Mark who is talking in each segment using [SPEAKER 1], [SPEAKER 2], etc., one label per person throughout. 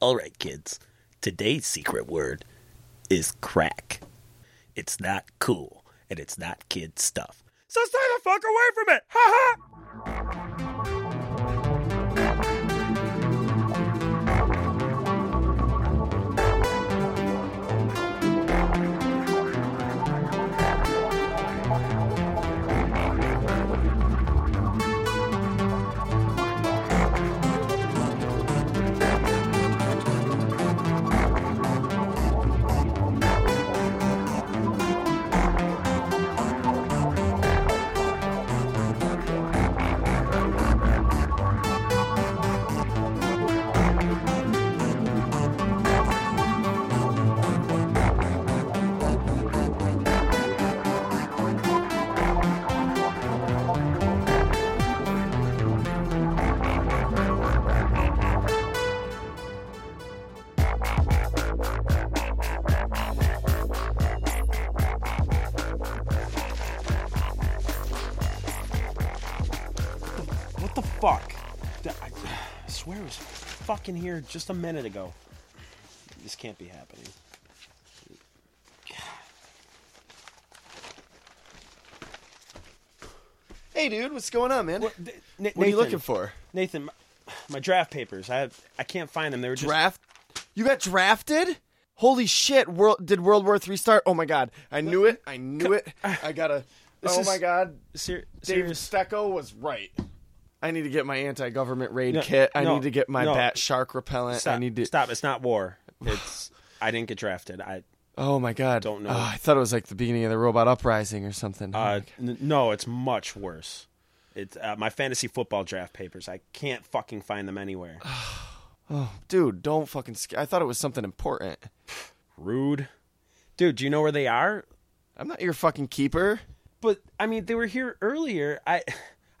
[SPEAKER 1] All right, kids. Today's secret word is crack. It's not cool, and it's not kid stuff. So stay the fuck away from it! Ha ha!
[SPEAKER 2] What the fuck? Th- I I swear it was fucking here just a minute ago. This can't be happening.
[SPEAKER 3] Hey, dude, what's going on, man? What,
[SPEAKER 2] Th- Na-
[SPEAKER 3] are you
[SPEAKER 2] Nathan-
[SPEAKER 3] looking for?
[SPEAKER 2] Nathan, my, my draft papers. I I can't find them. They were just
[SPEAKER 3] Draft? You got drafted? Holy shit! World did World War Three start? Oh my god! I knew it! I knew it! I gotta.
[SPEAKER 2] This
[SPEAKER 3] oh
[SPEAKER 2] is-
[SPEAKER 3] my god!
[SPEAKER 2] ser-
[SPEAKER 3] Dave
[SPEAKER 2] serious.
[SPEAKER 3] Stecco was right. I need to get my anti-government raid
[SPEAKER 2] No,
[SPEAKER 3] kit. I
[SPEAKER 2] no,
[SPEAKER 3] need to get my
[SPEAKER 2] no.
[SPEAKER 3] bat shark repellent.
[SPEAKER 2] Stop,
[SPEAKER 3] I need to.
[SPEAKER 2] stop. It's not war. It's I didn't get drafted. I
[SPEAKER 3] Oh my god!
[SPEAKER 2] Don't know.
[SPEAKER 3] Oh, I thought it was like the beginning of the robot uprising or something.
[SPEAKER 2] uh, n- no. It's much worse. It's uh, my fantasy football draft papers. I can't fucking find them anywhere.
[SPEAKER 3] dude, don't fucking. Sc- I thought it was something important.
[SPEAKER 2] Rude, dude. Do you know where they are?
[SPEAKER 3] I'm not your fucking keeper.
[SPEAKER 2] But I mean, they were here earlier. I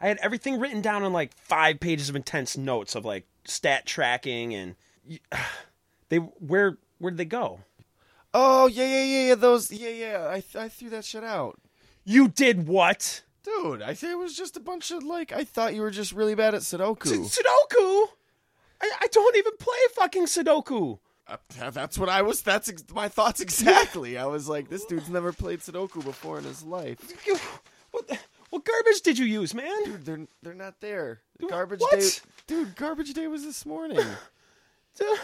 [SPEAKER 2] I had everything written down on like five pages of intense notes of like stat tracking and y- they where where did they go?
[SPEAKER 3] Oh yeah yeah yeah yeah those yeah yeah I th- I threw that shit out.
[SPEAKER 2] You did what?
[SPEAKER 3] Dude, I think it was just a bunch of like. I thought you were just really bad at Sudoku.
[SPEAKER 2] Sudoku. I, I don't even play fucking Sudoku.
[SPEAKER 3] Uh, yeah, that's what I was. That's ex- my thoughts exactly. I was like, this dude's never played Sudoku before in his life.
[SPEAKER 2] You- What the- what garbage did you use, man?
[SPEAKER 3] Dude, they're they're not there.
[SPEAKER 2] Dude,
[SPEAKER 3] Garbage
[SPEAKER 2] what?
[SPEAKER 3] day. Dude, garbage day was this morning.
[SPEAKER 2] uh,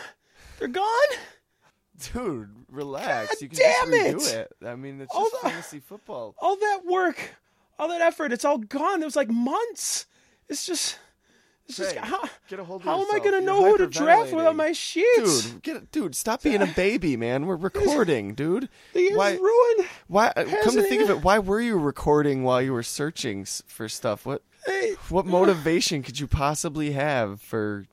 [SPEAKER 2] They're gone.
[SPEAKER 3] Dude, relax.
[SPEAKER 2] God
[SPEAKER 3] you can
[SPEAKER 2] damn
[SPEAKER 3] just redo
[SPEAKER 2] it!
[SPEAKER 3] it. I mean, it's
[SPEAKER 2] All
[SPEAKER 3] just
[SPEAKER 2] the-
[SPEAKER 3] fantasy football.
[SPEAKER 2] All that work, all that effort, it's all gone. It was like months. It's just it's just
[SPEAKER 3] Craig,
[SPEAKER 2] how,
[SPEAKER 3] get a hold of
[SPEAKER 2] how am I
[SPEAKER 3] yourself.
[SPEAKER 2] gonna
[SPEAKER 3] You're
[SPEAKER 2] know who to draft
[SPEAKER 3] hyperventilating.
[SPEAKER 2] without my sheets?
[SPEAKER 3] Dude, get it, dude! Stop being a baby, man. We're recording, dude.
[SPEAKER 2] The year's
[SPEAKER 3] Why?
[SPEAKER 2] ruined.
[SPEAKER 3] Why? uh, Come to
[SPEAKER 2] Hasn't
[SPEAKER 3] think of
[SPEAKER 2] even-
[SPEAKER 3] it, why were you recording while you were searching s- for stuff? What?
[SPEAKER 2] Hey,
[SPEAKER 3] What motivation could you possibly have for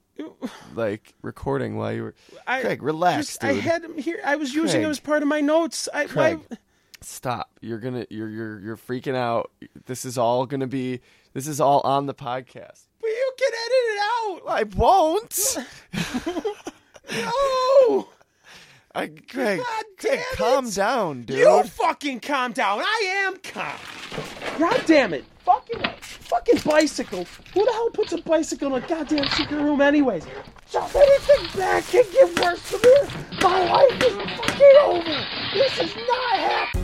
[SPEAKER 3] like recording while you were?
[SPEAKER 2] I,
[SPEAKER 3] Craig, relax,
[SPEAKER 2] just-
[SPEAKER 3] dude.
[SPEAKER 2] I had him here. I was using him
[SPEAKER 3] Craig.
[SPEAKER 2] as part of my notes. I, why,
[SPEAKER 3] Craig. Stop! You're gonna you're you're you're freaking out. This is all gonna be. This is all on the podcast.
[SPEAKER 2] but you can edit it out.
[SPEAKER 3] I won't.
[SPEAKER 2] No,
[SPEAKER 3] I Craig,
[SPEAKER 2] God
[SPEAKER 3] Craig,
[SPEAKER 2] damn
[SPEAKER 3] calm
[SPEAKER 2] it.
[SPEAKER 3] down, dude.
[SPEAKER 2] you fucking calm down. I am calm. God damn it! Fucking fucking bicycle. Who the hell puts a bicycle in a goddamn secret room, anyways? Just anything bad can get worse than this. My life is fucking over. This is not happening.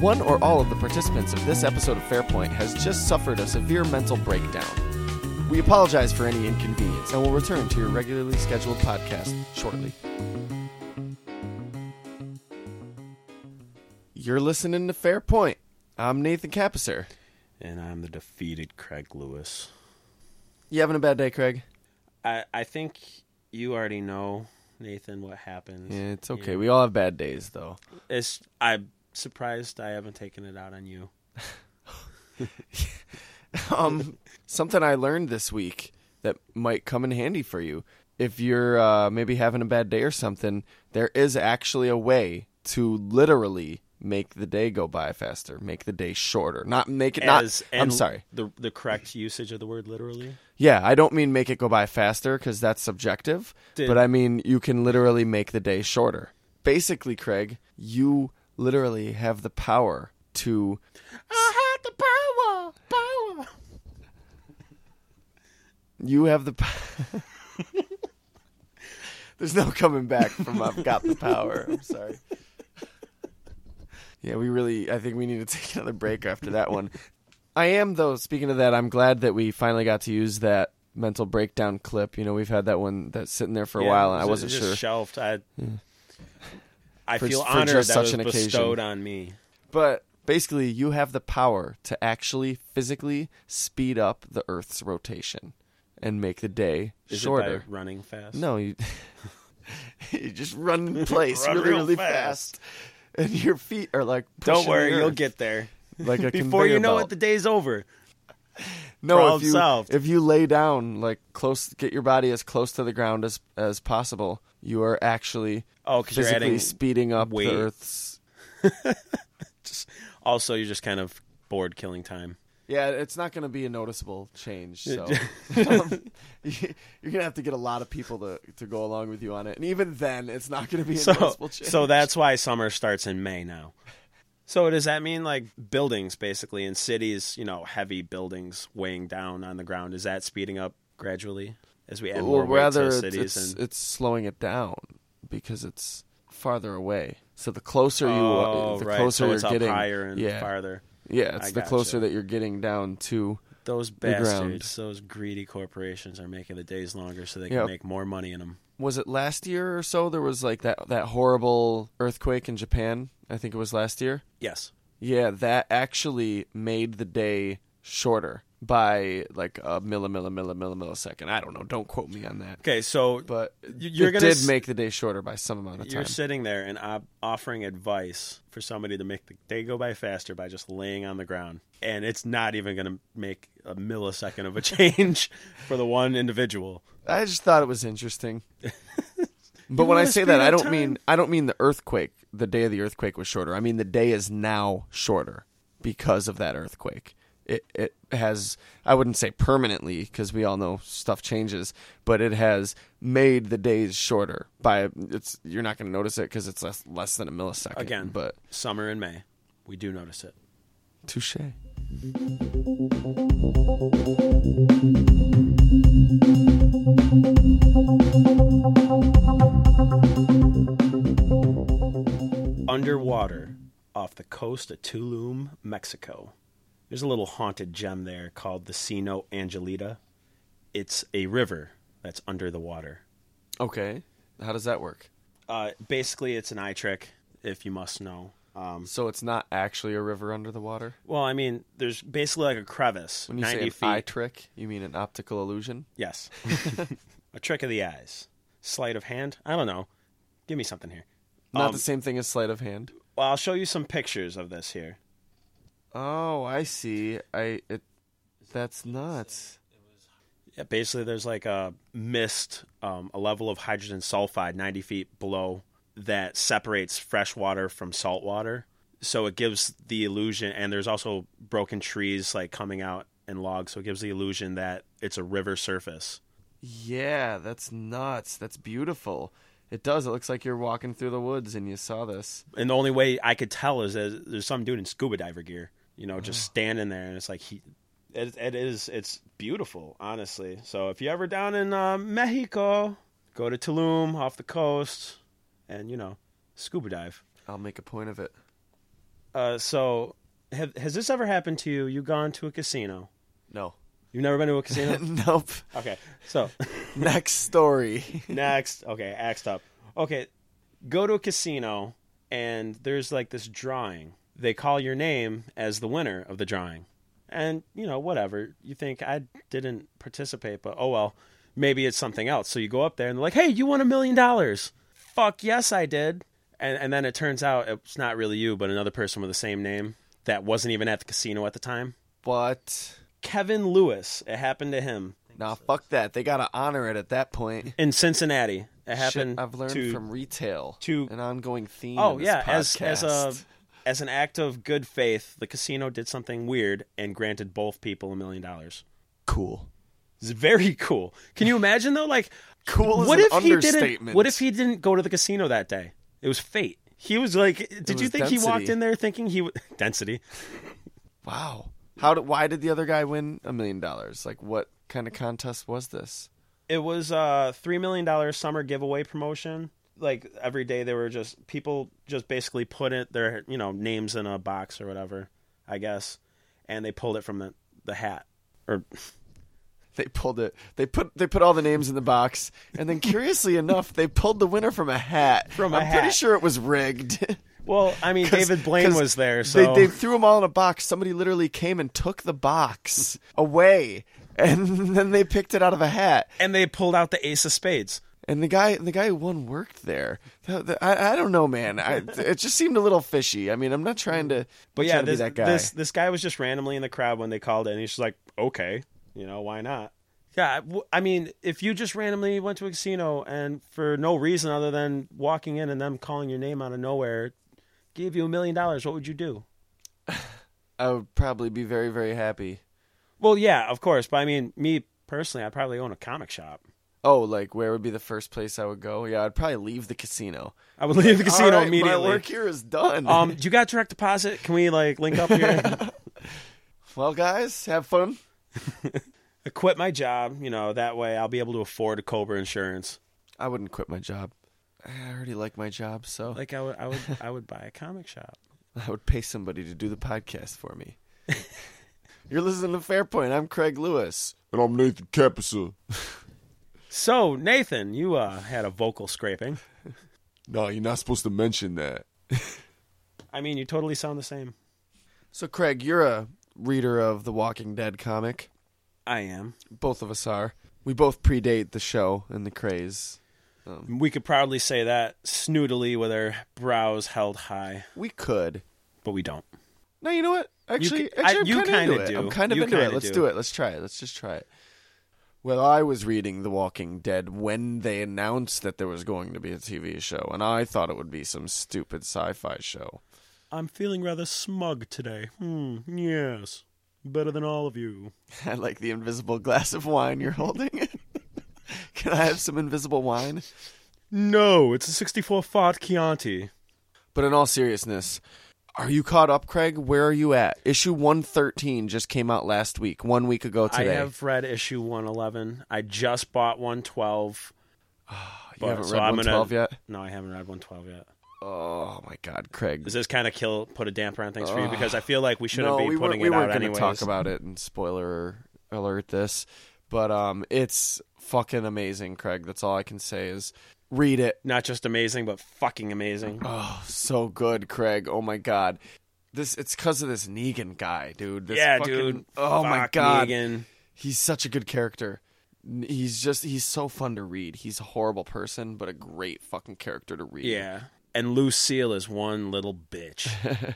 [SPEAKER 3] One or all of the participants of this episode of Fairpoint has just suffered a severe mental breakdown. We apologize for any inconvenience and will return to your regularly scheduled podcast shortly. You're listening to Fairpoint. I'm Nathan Capisser.
[SPEAKER 2] And I'm the defeated Craig Lewis.
[SPEAKER 3] You having a bad day, Craig?
[SPEAKER 2] I, I think you already know, Nathan, what happens.
[SPEAKER 3] Yeah, it's okay. We all have bad days, though.
[SPEAKER 2] It's, I'm surprised I haven't taken it out on you.
[SPEAKER 3] Um, something I learned this week that might come in handy for you. If you're uh, maybe having a bad day or something, there is actually a way to literally make the day go by faster, make the day shorter. Not make it
[SPEAKER 2] As-
[SPEAKER 3] not. I'm
[SPEAKER 2] and
[SPEAKER 3] sorry.
[SPEAKER 2] The, the correct usage of the word literally.
[SPEAKER 3] Yeah, I don't mean make it go by faster because that's subjective,
[SPEAKER 2] Did-
[SPEAKER 3] but I mean you can literally make the day shorter. Basically, Craig, you literally have the power to
[SPEAKER 2] I had the power, power.
[SPEAKER 3] You have the. p- There's no coming back from I've got the power. I'm sorry. Yeah, we really. I think we need to take another break after that one. I am though. Speaking of that, I'm glad that we finally got to use that mental breakdown clip. You know, we've had that one that's sitting there for a
[SPEAKER 2] Yeah,
[SPEAKER 3] while, and
[SPEAKER 2] it
[SPEAKER 3] I
[SPEAKER 2] was- it
[SPEAKER 3] wasn't
[SPEAKER 2] was
[SPEAKER 3] sure.
[SPEAKER 2] just Shelved. I, I
[SPEAKER 3] For-
[SPEAKER 2] feel
[SPEAKER 3] for
[SPEAKER 2] honored
[SPEAKER 3] just
[SPEAKER 2] that
[SPEAKER 3] such
[SPEAKER 2] was
[SPEAKER 3] an occasion.
[SPEAKER 2] bestowed on me.
[SPEAKER 3] But basically, you have the power to actually physically speed up the Earth's rotation and make the day
[SPEAKER 2] Is
[SPEAKER 3] shorter.
[SPEAKER 2] it by running fast?
[SPEAKER 3] No, you you just run in place
[SPEAKER 2] Run
[SPEAKER 3] really,
[SPEAKER 2] real
[SPEAKER 3] really
[SPEAKER 2] fast.
[SPEAKER 3] fast. and your feet are like. pushing
[SPEAKER 2] Don't
[SPEAKER 3] the
[SPEAKER 2] worry, you'll
[SPEAKER 3] earth
[SPEAKER 2] get there.
[SPEAKER 3] like a
[SPEAKER 2] Before you
[SPEAKER 3] conveyor
[SPEAKER 2] know
[SPEAKER 3] belt.
[SPEAKER 2] it, the day's over.
[SPEAKER 3] no.
[SPEAKER 2] problem
[SPEAKER 3] If you
[SPEAKER 2] solved.
[SPEAKER 3] if you lay down like close, get your body as close to the ground as as possible. You are actually
[SPEAKER 2] Oh, 'cause you're
[SPEAKER 3] physically
[SPEAKER 2] adding
[SPEAKER 3] speeding up
[SPEAKER 2] weight.
[SPEAKER 3] the Earth's.
[SPEAKER 2] Also, you're just kind of bored killing time.
[SPEAKER 3] Yeah, it's not going to be a noticeable change. So um, you- you're going to have to get a lot of people to, to go along with you on it, and even then, it's not going to be a
[SPEAKER 2] So,
[SPEAKER 3] noticeable change.
[SPEAKER 2] so that's why summer starts in May now. So does that mean like buildings basically in cities, you know, heavy buildings weighing down on the ground? Is that speeding up gradually as we add
[SPEAKER 3] or
[SPEAKER 2] more
[SPEAKER 3] rather
[SPEAKER 2] weight to
[SPEAKER 3] it's,
[SPEAKER 2] cities?
[SPEAKER 3] it's,
[SPEAKER 2] and
[SPEAKER 3] it's slowing it down because it's farther away so the closer you uh,
[SPEAKER 2] oh,
[SPEAKER 3] the
[SPEAKER 2] right.
[SPEAKER 3] closer
[SPEAKER 2] so it's
[SPEAKER 3] you're
[SPEAKER 2] up
[SPEAKER 3] getting
[SPEAKER 2] higher and
[SPEAKER 3] yeah
[SPEAKER 2] farther.
[SPEAKER 3] yeah it's
[SPEAKER 2] I
[SPEAKER 3] the
[SPEAKER 2] gotcha.
[SPEAKER 3] closer that you're getting down to
[SPEAKER 2] Those
[SPEAKER 3] ground.
[SPEAKER 2] bastards, those greedy corporations are making the days longer so they can
[SPEAKER 3] Yep.
[SPEAKER 2] make more money in them.
[SPEAKER 3] was it last year or so there was like that that horrible earthquake in Japan I think it was last year
[SPEAKER 2] Yes.
[SPEAKER 3] yeah that actually made the day shorter by like a milli milli milli milli millisecond I don't know don't quote me on that
[SPEAKER 2] Okay, so
[SPEAKER 3] but
[SPEAKER 2] you're
[SPEAKER 3] it
[SPEAKER 2] gonna
[SPEAKER 3] did
[SPEAKER 2] s-
[SPEAKER 3] make the day shorter by some amount of
[SPEAKER 2] You're
[SPEAKER 3] time
[SPEAKER 2] sitting there and ob- offering advice for somebody to make the day go by faster by just laying on the ground, and it's not even going to make a millisecond of a change for the one individual.
[SPEAKER 3] I just thought it was interesting. but when I
[SPEAKER 2] wanna
[SPEAKER 3] say
[SPEAKER 2] speed
[SPEAKER 3] that, I
[SPEAKER 2] up
[SPEAKER 3] don't
[SPEAKER 2] time?
[SPEAKER 3] mean I don't mean the earthquake. The day of the earthquake was shorter. I mean the day is now shorter because of that earthquake. It it has I wouldn't say permanently because we all know stuff changes, but it has made the days shorter by it's you're not going to notice it because it's less less than a millisecond.
[SPEAKER 2] Again,
[SPEAKER 3] but
[SPEAKER 2] summer in May, we do notice it.
[SPEAKER 3] touche.
[SPEAKER 2] Underwater, off the coast of Tulum, Mexico, there's a little haunted gem there called the Sino Angelita. It's a river that's under the water.
[SPEAKER 3] Okay, how does that work?
[SPEAKER 2] Uh, basically, it's an eye trick, if you must know. Um,
[SPEAKER 3] So it's not actually a river under the water.
[SPEAKER 2] Well, I mean, there's basically like a crevice,
[SPEAKER 3] When you say
[SPEAKER 2] 90
[SPEAKER 3] an
[SPEAKER 2] feet.
[SPEAKER 3] eye trick, you mean an optical illusion?
[SPEAKER 2] yes. a trick of the eyes. Sleight of hand? I don't know. Give me something here.
[SPEAKER 3] Not
[SPEAKER 2] Um,
[SPEAKER 3] the same thing as sleight of hand.
[SPEAKER 2] Well, I'll show you some pictures of this here.
[SPEAKER 3] Oh, I see. I it that's nuts.
[SPEAKER 2] Yeah, basically, there's like a mist, um, a level of hydrogen sulfide 90 feet below that separates fresh water from salt water. So it gives the illusion, and there's also broken trees like coming out and logs. So it gives the illusion that it's a river surface.
[SPEAKER 3] Yeah, that's nuts. That's beautiful. It does. It looks like you're walking through the woods and you saw this.
[SPEAKER 2] and the only way I could tell is that there's some dude in scuba diver gear, you know, just standing there, and it's like he, it, it is, it's beautiful, honestly. So if you're ever down in uh, Mexico, go to Tulum off the coast, and you know, scuba dive.
[SPEAKER 3] I'll make a point of it.
[SPEAKER 2] Uh, so have, has this ever happened to you? You gone to a casino?
[SPEAKER 3] No.
[SPEAKER 2] You've never been to a casino?
[SPEAKER 3] nope.
[SPEAKER 2] okay, so
[SPEAKER 3] Next story.
[SPEAKER 2] Next. Okay, axed up. Okay, go to a casino and there's like this drawing. They call your name as the winner of the drawing. And, you know, whatever. You think I didn't participate, but oh well, maybe it's something else. So you go up there and they're like, hey, you won a million dollars. Fuck yes, I did. And, and then it turns out it's not really you, but another person with the same name that wasn't even at the casino at the time.
[SPEAKER 3] but
[SPEAKER 2] Kevin Lewis. It happened to him
[SPEAKER 3] nah, fuck that. They gotta honor it at that point.
[SPEAKER 2] in Cincinnati. It happened
[SPEAKER 3] Shit, I've learned
[SPEAKER 2] to
[SPEAKER 3] from retail.
[SPEAKER 2] to-
[SPEAKER 3] an ongoing theme.
[SPEAKER 2] Oh
[SPEAKER 3] in this
[SPEAKER 2] yeah, as as a
[SPEAKER 3] podcast.
[SPEAKER 2] as an act of good faith, the casino did something weird and granted both people a million dollars.
[SPEAKER 3] cool.
[SPEAKER 2] It's very cool. Can you imagine though? Like,
[SPEAKER 3] Cool is
[SPEAKER 2] What
[SPEAKER 3] an
[SPEAKER 2] if he didn't?
[SPEAKER 3] understatement.
[SPEAKER 2] What if he didn't go to the casino that day? It was fate. He was like, did you
[SPEAKER 3] was
[SPEAKER 2] think he walked
[SPEAKER 3] density.
[SPEAKER 2] in there thinking he would density?
[SPEAKER 3] Wow. How did, why did the other guy win a million dollars? Like what kind of contest was this?
[SPEAKER 2] It was a three million dollar summer giveaway promotion. Like every day, they were just people just basically put it their you know names in a box or whatever, I guess, and they pulled it from the the hat or
[SPEAKER 3] They pulled it. They put they put all the names in the box, and then curiously enough, they pulled the winner from a hat.
[SPEAKER 2] From a
[SPEAKER 3] I'm pretty
[SPEAKER 2] hat.
[SPEAKER 3] sure it was rigged.
[SPEAKER 2] well, I mean
[SPEAKER 3] 'Cause-
[SPEAKER 2] David Blaine
[SPEAKER 3] 'cause
[SPEAKER 2] was there, so
[SPEAKER 3] they, they threw them all in a box. Somebody literally came and took the box away, and then they picked it out of a hat.
[SPEAKER 2] and they pulled out the ace of spades.
[SPEAKER 3] And the guy, the guy who won worked there. The- the- I, I don't know, man. I, it just seemed a little fishy. I mean, I'm not trying to,
[SPEAKER 2] But
[SPEAKER 3] I'm
[SPEAKER 2] yeah,
[SPEAKER 3] trying to
[SPEAKER 2] this,
[SPEAKER 3] be that guy.
[SPEAKER 2] this this guy was just randomly in the crowd when they called it, and he's just like, "Okay, you know, why not?" Yeah, I- w- I mean, if you just randomly went to a casino and for no reason other than walking in and them calling your name out of nowhere, gave you a million dollars, what would you do?
[SPEAKER 3] I would probably be very, very happy.
[SPEAKER 2] Well, yeah, of course, but I mean, me personally, I'd probably own a comic shop.
[SPEAKER 3] Oh, like where would be the first place I would go? Yeah, I'd probably leave the casino.
[SPEAKER 2] I would leave the
[SPEAKER 3] All
[SPEAKER 2] casino
[SPEAKER 3] right, My
[SPEAKER 2] immediately.
[SPEAKER 3] work here is done.
[SPEAKER 2] Um, do you got direct deposit? Can we like link up here?
[SPEAKER 3] well, guys, have fun.
[SPEAKER 2] I quit my job, you know, that way I'll be able to afford a Cobra insurance.
[SPEAKER 3] I wouldn't quit my job. I already like my job, so
[SPEAKER 2] Like I would, I would, I would buy a comic shop.
[SPEAKER 3] I would pay somebody to do the podcast for me. You're listening to Fairpoint. I'm Craig Lewis.
[SPEAKER 4] And I'm Nathan Capisa.
[SPEAKER 2] So Nathan, you uh, had a vocal scraping.
[SPEAKER 4] No, you're not supposed to mention that.
[SPEAKER 2] I mean, you totally sound the same.
[SPEAKER 3] So, Craig, you're a reader of the Walking Dead comic.
[SPEAKER 2] I am.
[SPEAKER 3] Both of us are. We both predate the show and the craze.
[SPEAKER 2] We could proudly say that snootily with our brows held high,
[SPEAKER 3] We could.
[SPEAKER 2] but we don't.
[SPEAKER 3] No, you know what? Actually,
[SPEAKER 2] ca- I-
[SPEAKER 3] actually
[SPEAKER 2] you
[SPEAKER 3] I'm kind of
[SPEAKER 2] kinda
[SPEAKER 3] into it.
[SPEAKER 2] do.
[SPEAKER 3] I'm kind of
[SPEAKER 2] You
[SPEAKER 3] into it.
[SPEAKER 2] kinda
[SPEAKER 3] Let's
[SPEAKER 2] do.
[SPEAKER 3] do it. Let's try it. Let's just try it. Well, I was reading The Walking Dead when they announced that there was going to be a TV show, and I thought it would be some stupid sci-fi show.
[SPEAKER 2] I'm feeling rather smug today. Hmm. Yes. Better than all of you.
[SPEAKER 3] I like the invisible glass of wine you're holding. Can I have some invisible wine?
[SPEAKER 2] No, it's a 64 Ford Chianti.
[SPEAKER 3] But in all seriousness, are you caught up, Craig? Where are you at? Issue 113 just came out last week, one week ago today.
[SPEAKER 2] I have read issue 111. I just bought 112.
[SPEAKER 3] you
[SPEAKER 2] but-
[SPEAKER 3] haven't
[SPEAKER 2] so
[SPEAKER 3] read
[SPEAKER 2] I'm gonna-
[SPEAKER 3] 112 yet?
[SPEAKER 2] No, I haven't read 112 yet.
[SPEAKER 3] Oh, my God, Craig.
[SPEAKER 2] Does this kind of kill put a damper on things for you? Because I feel like we shouldn't
[SPEAKER 3] no,
[SPEAKER 2] be
[SPEAKER 3] we weren't,
[SPEAKER 2] putting
[SPEAKER 3] we
[SPEAKER 2] it
[SPEAKER 3] weren't
[SPEAKER 2] out
[SPEAKER 3] gonna
[SPEAKER 2] anyways.
[SPEAKER 3] talk about it and spoiler alert this. But um, it's fucking amazing, Craig. That's all I can say is read it.
[SPEAKER 2] Not just amazing, but fucking amazing.
[SPEAKER 3] Oh, so good, Craig. Oh my god. This it's cuz of this Negan guy, dude. This
[SPEAKER 2] yeah,
[SPEAKER 3] fucking-
[SPEAKER 2] dude.
[SPEAKER 3] Oh my
[SPEAKER 2] Fuck
[SPEAKER 3] god.
[SPEAKER 2] Negan.
[SPEAKER 3] He's such a good character. N- He's just he's so fun to read. He's a horrible person, but a great fucking character to read.
[SPEAKER 2] Yeah. And Lucille is one little bitch.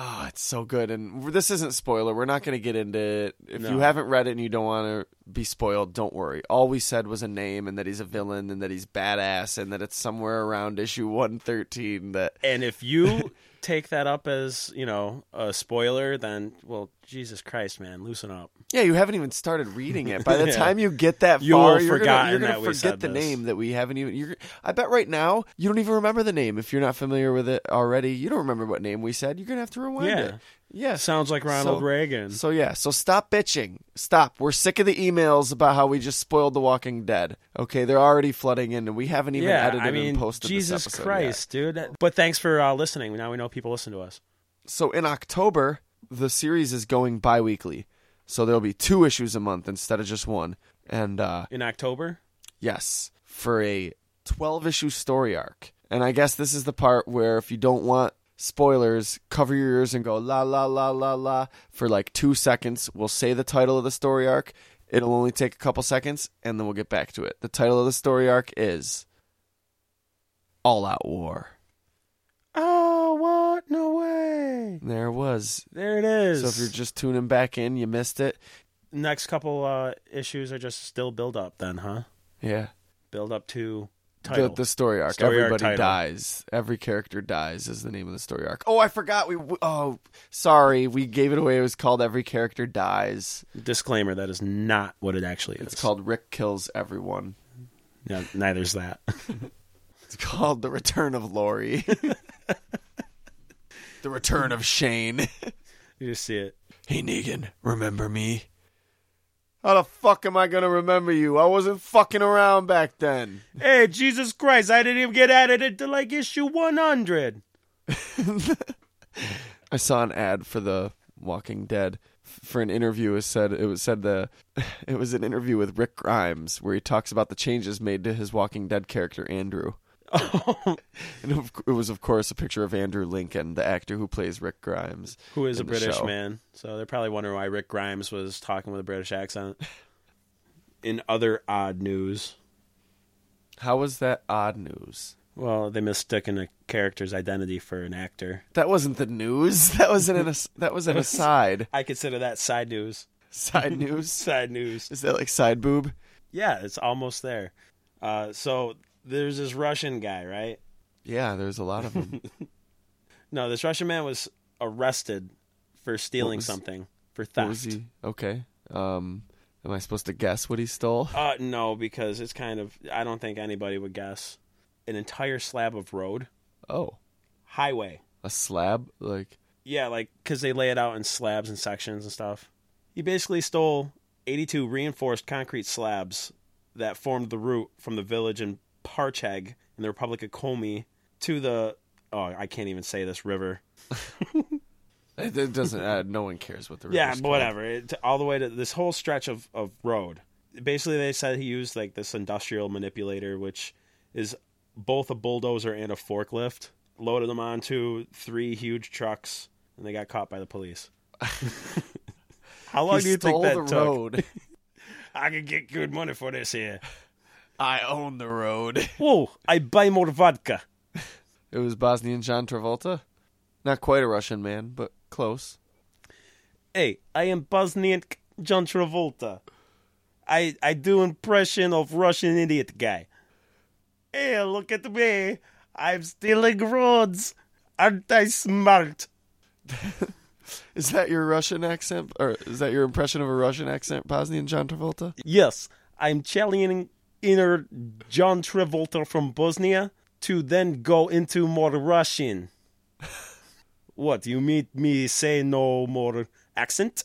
[SPEAKER 3] Oh, it's so good. And w- this isn't spoiler. We're not going to get into it. If you
[SPEAKER 2] No.
[SPEAKER 3] haven't read it and you don't want to be spoiled, don't worry. All we said was a name and that he's a villain and that he's badass and that it's somewhere around issue 113 that
[SPEAKER 2] and if you take that up as, you know, a spoiler, then, well, Jesus Christ, man, loosen up.
[SPEAKER 3] Yeah, you haven't even started reading it. By the
[SPEAKER 2] Yeah.
[SPEAKER 3] time you get that
[SPEAKER 2] You'll
[SPEAKER 3] far,
[SPEAKER 2] have
[SPEAKER 3] you're gonna,
[SPEAKER 2] forgotten
[SPEAKER 3] you're gonna
[SPEAKER 2] that we
[SPEAKER 3] forget
[SPEAKER 2] said
[SPEAKER 3] the
[SPEAKER 2] this.
[SPEAKER 3] name that we haven't even. You're, I bet right now you don't even remember the name if you're not familiar with it already. You don't remember what name we said. You're gonna have to rewind
[SPEAKER 2] Yeah.
[SPEAKER 3] it. Yeah.
[SPEAKER 2] Sounds like Ronald
[SPEAKER 3] So-
[SPEAKER 2] Reagan.
[SPEAKER 3] So yeah, so stop bitching. Stop. We're sick of the emails about how we just spoiled The Walking Dead. Okay, they're already flooding in, and we haven't even
[SPEAKER 2] yeah,
[SPEAKER 3] edited
[SPEAKER 2] I mean,
[SPEAKER 3] and posted
[SPEAKER 2] Jesus
[SPEAKER 3] this episode yet.
[SPEAKER 2] Christ, dude. But thanks for uh, listening. Now we know people listen to us.
[SPEAKER 3] so in October, the series is going bi-weekly. So there'll be two issues a month instead of just one. And uh
[SPEAKER 2] In October,
[SPEAKER 3] Yes, for a 12 issue story arc. And I guess this is the part where if you don't want spoilers, cover your ears and go la la la la la for like two seconds. We'll say the title of the story arc. It'll only take a couple seconds and then we'll get back to it. The title of the story arc is All Out War.
[SPEAKER 2] Oh, what? No way.
[SPEAKER 3] There it was.
[SPEAKER 2] There it is.
[SPEAKER 3] So if you're just tuning back in, you missed it.
[SPEAKER 2] Next couple uh, issues are just still build up, then, huh?
[SPEAKER 3] Yeah.
[SPEAKER 2] Build up to
[SPEAKER 3] The,
[SPEAKER 2] title.
[SPEAKER 3] the story arc.
[SPEAKER 2] Story arc
[SPEAKER 3] Everybody
[SPEAKER 2] title.
[SPEAKER 3] dies. Every character dies is the name of the story arc. Oh, I forgot. We oh, sorry, we gave it away. It was called Every Character Dies.
[SPEAKER 2] Disclaimer: that is not what it actually is.
[SPEAKER 3] It's called Rick Kills Everyone.
[SPEAKER 2] No, neither's that.
[SPEAKER 3] It's called The Return of Lori. the Return of Shane.
[SPEAKER 2] you just see it.
[SPEAKER 3] hey Negan, remember me? How the fuck am I gonna remember you? I wasn't fucking around back then.
[SPEAKER 2] Hey, Jesus Christ, I didn't even get added into like issue 100.
[SPEAKER 3] I saw an ad for the Walking Dead f- for an interview. It said it was said the it was an interview with Rick Grimes where he talks about the changes made to his Walking Dead character Andrew.
[SPEAKER 2] Oh,
[SPEAKER 3] and of c- it was of course a picture of Andrew Lincoln, the actor who plays Rick Grimes,
[SPEAKER 2] Who is a
[SPEAKER 3] in the
[SPEAKER 2] British
[SPEAKER 3] show.
[SPEAKER 2] man. So they're probably wondering why Rick Grimes was talking with a British accent. In other odd news,
[SPEAKER 3] How was that odd news?
[SPEAKER 2] well, they mistaken a character's identity for an actor.
[SPEAKER 3] That wasn't the news. That was an as- that was an aside.
[SPEAKER 2] I consider that side news.
[SPEAKER 3] Side news.
[SPEAKER 2] Side news.
[SPEAKER 3] Is that like side boob?
[SPEAKER 2] Yeah, it's almost there. Uh, so there's this Russian guy, right?
[SPEAKER 3] Yeah, there's a lot of them.
[SPEAKER 2] No, this Russian man was arrested for stealing
[SPEAKER 3] was-
[SPEAKER 2] something for theft.
[SPEAKER 3] what was he? Okay. Um, am I supposed to guess what he stole?
[SPEAKER 2] Uh, no, because it's kind of I don't think anybody would guess an entire slab of road
[SPEAKER 3] Oh,
[SPEAKER 2] highway.
[SPEAKER 3] a slab. Like
[SPEAKER 2] Yeah, like because they lay it out in slabs and sections and stuff. He basically stole 82 reinforced concrete slabs that formed the route from the village in Parchag in the Republic of Komi to the oh I can't even say this river.
[SPEAKER 3] it, it doesn't. Uh, no one cares what the
[SPEAKER 2] Yeah,
[SPEAKER 3] river's
[SPEAKER 2] but
[SPEAKER 3] called.
[SPEAKER 2] whatever. It, all the way to this whole stretch of, of road. Basically, they said he used like this industrial manipulator, which is both a bulldozer and a forklift. Loaded them onto three huge trucks, and they got caught by the police. How long
[SPEAKER 3] He
[SPEAKER 2] do you think
[SPEAKER 3] stole
[SPEAKER 2] that
[SPEAKER 3] the
[SPEAKER 2] took?
[SPEAKER 3] road.
[SPEAKER 2] I could get good money for this here.
[SPEAKER 3] I own the road.
[SPEAKER 2] Whoa! I buy more vodka.
[SPEAKER 3] It was Bosnian John Travolta. Not quite a Russian man, but close.
[SPEAKER 2] Hey, I am Bosnian John Travolta. I I do impression of Russian idiot guy. Hey, look at me. I'm stealing roads. Aren't I smart?
[SPEAKER 3] Is that your Russian accent, or is that your impression of a Russian accent, Bosnian John Travolta?
[SPEAKER 2] Yes, I'm challenging inner John Travolta from Bosnia to then go into more Russian. what, you meet me say no more accent?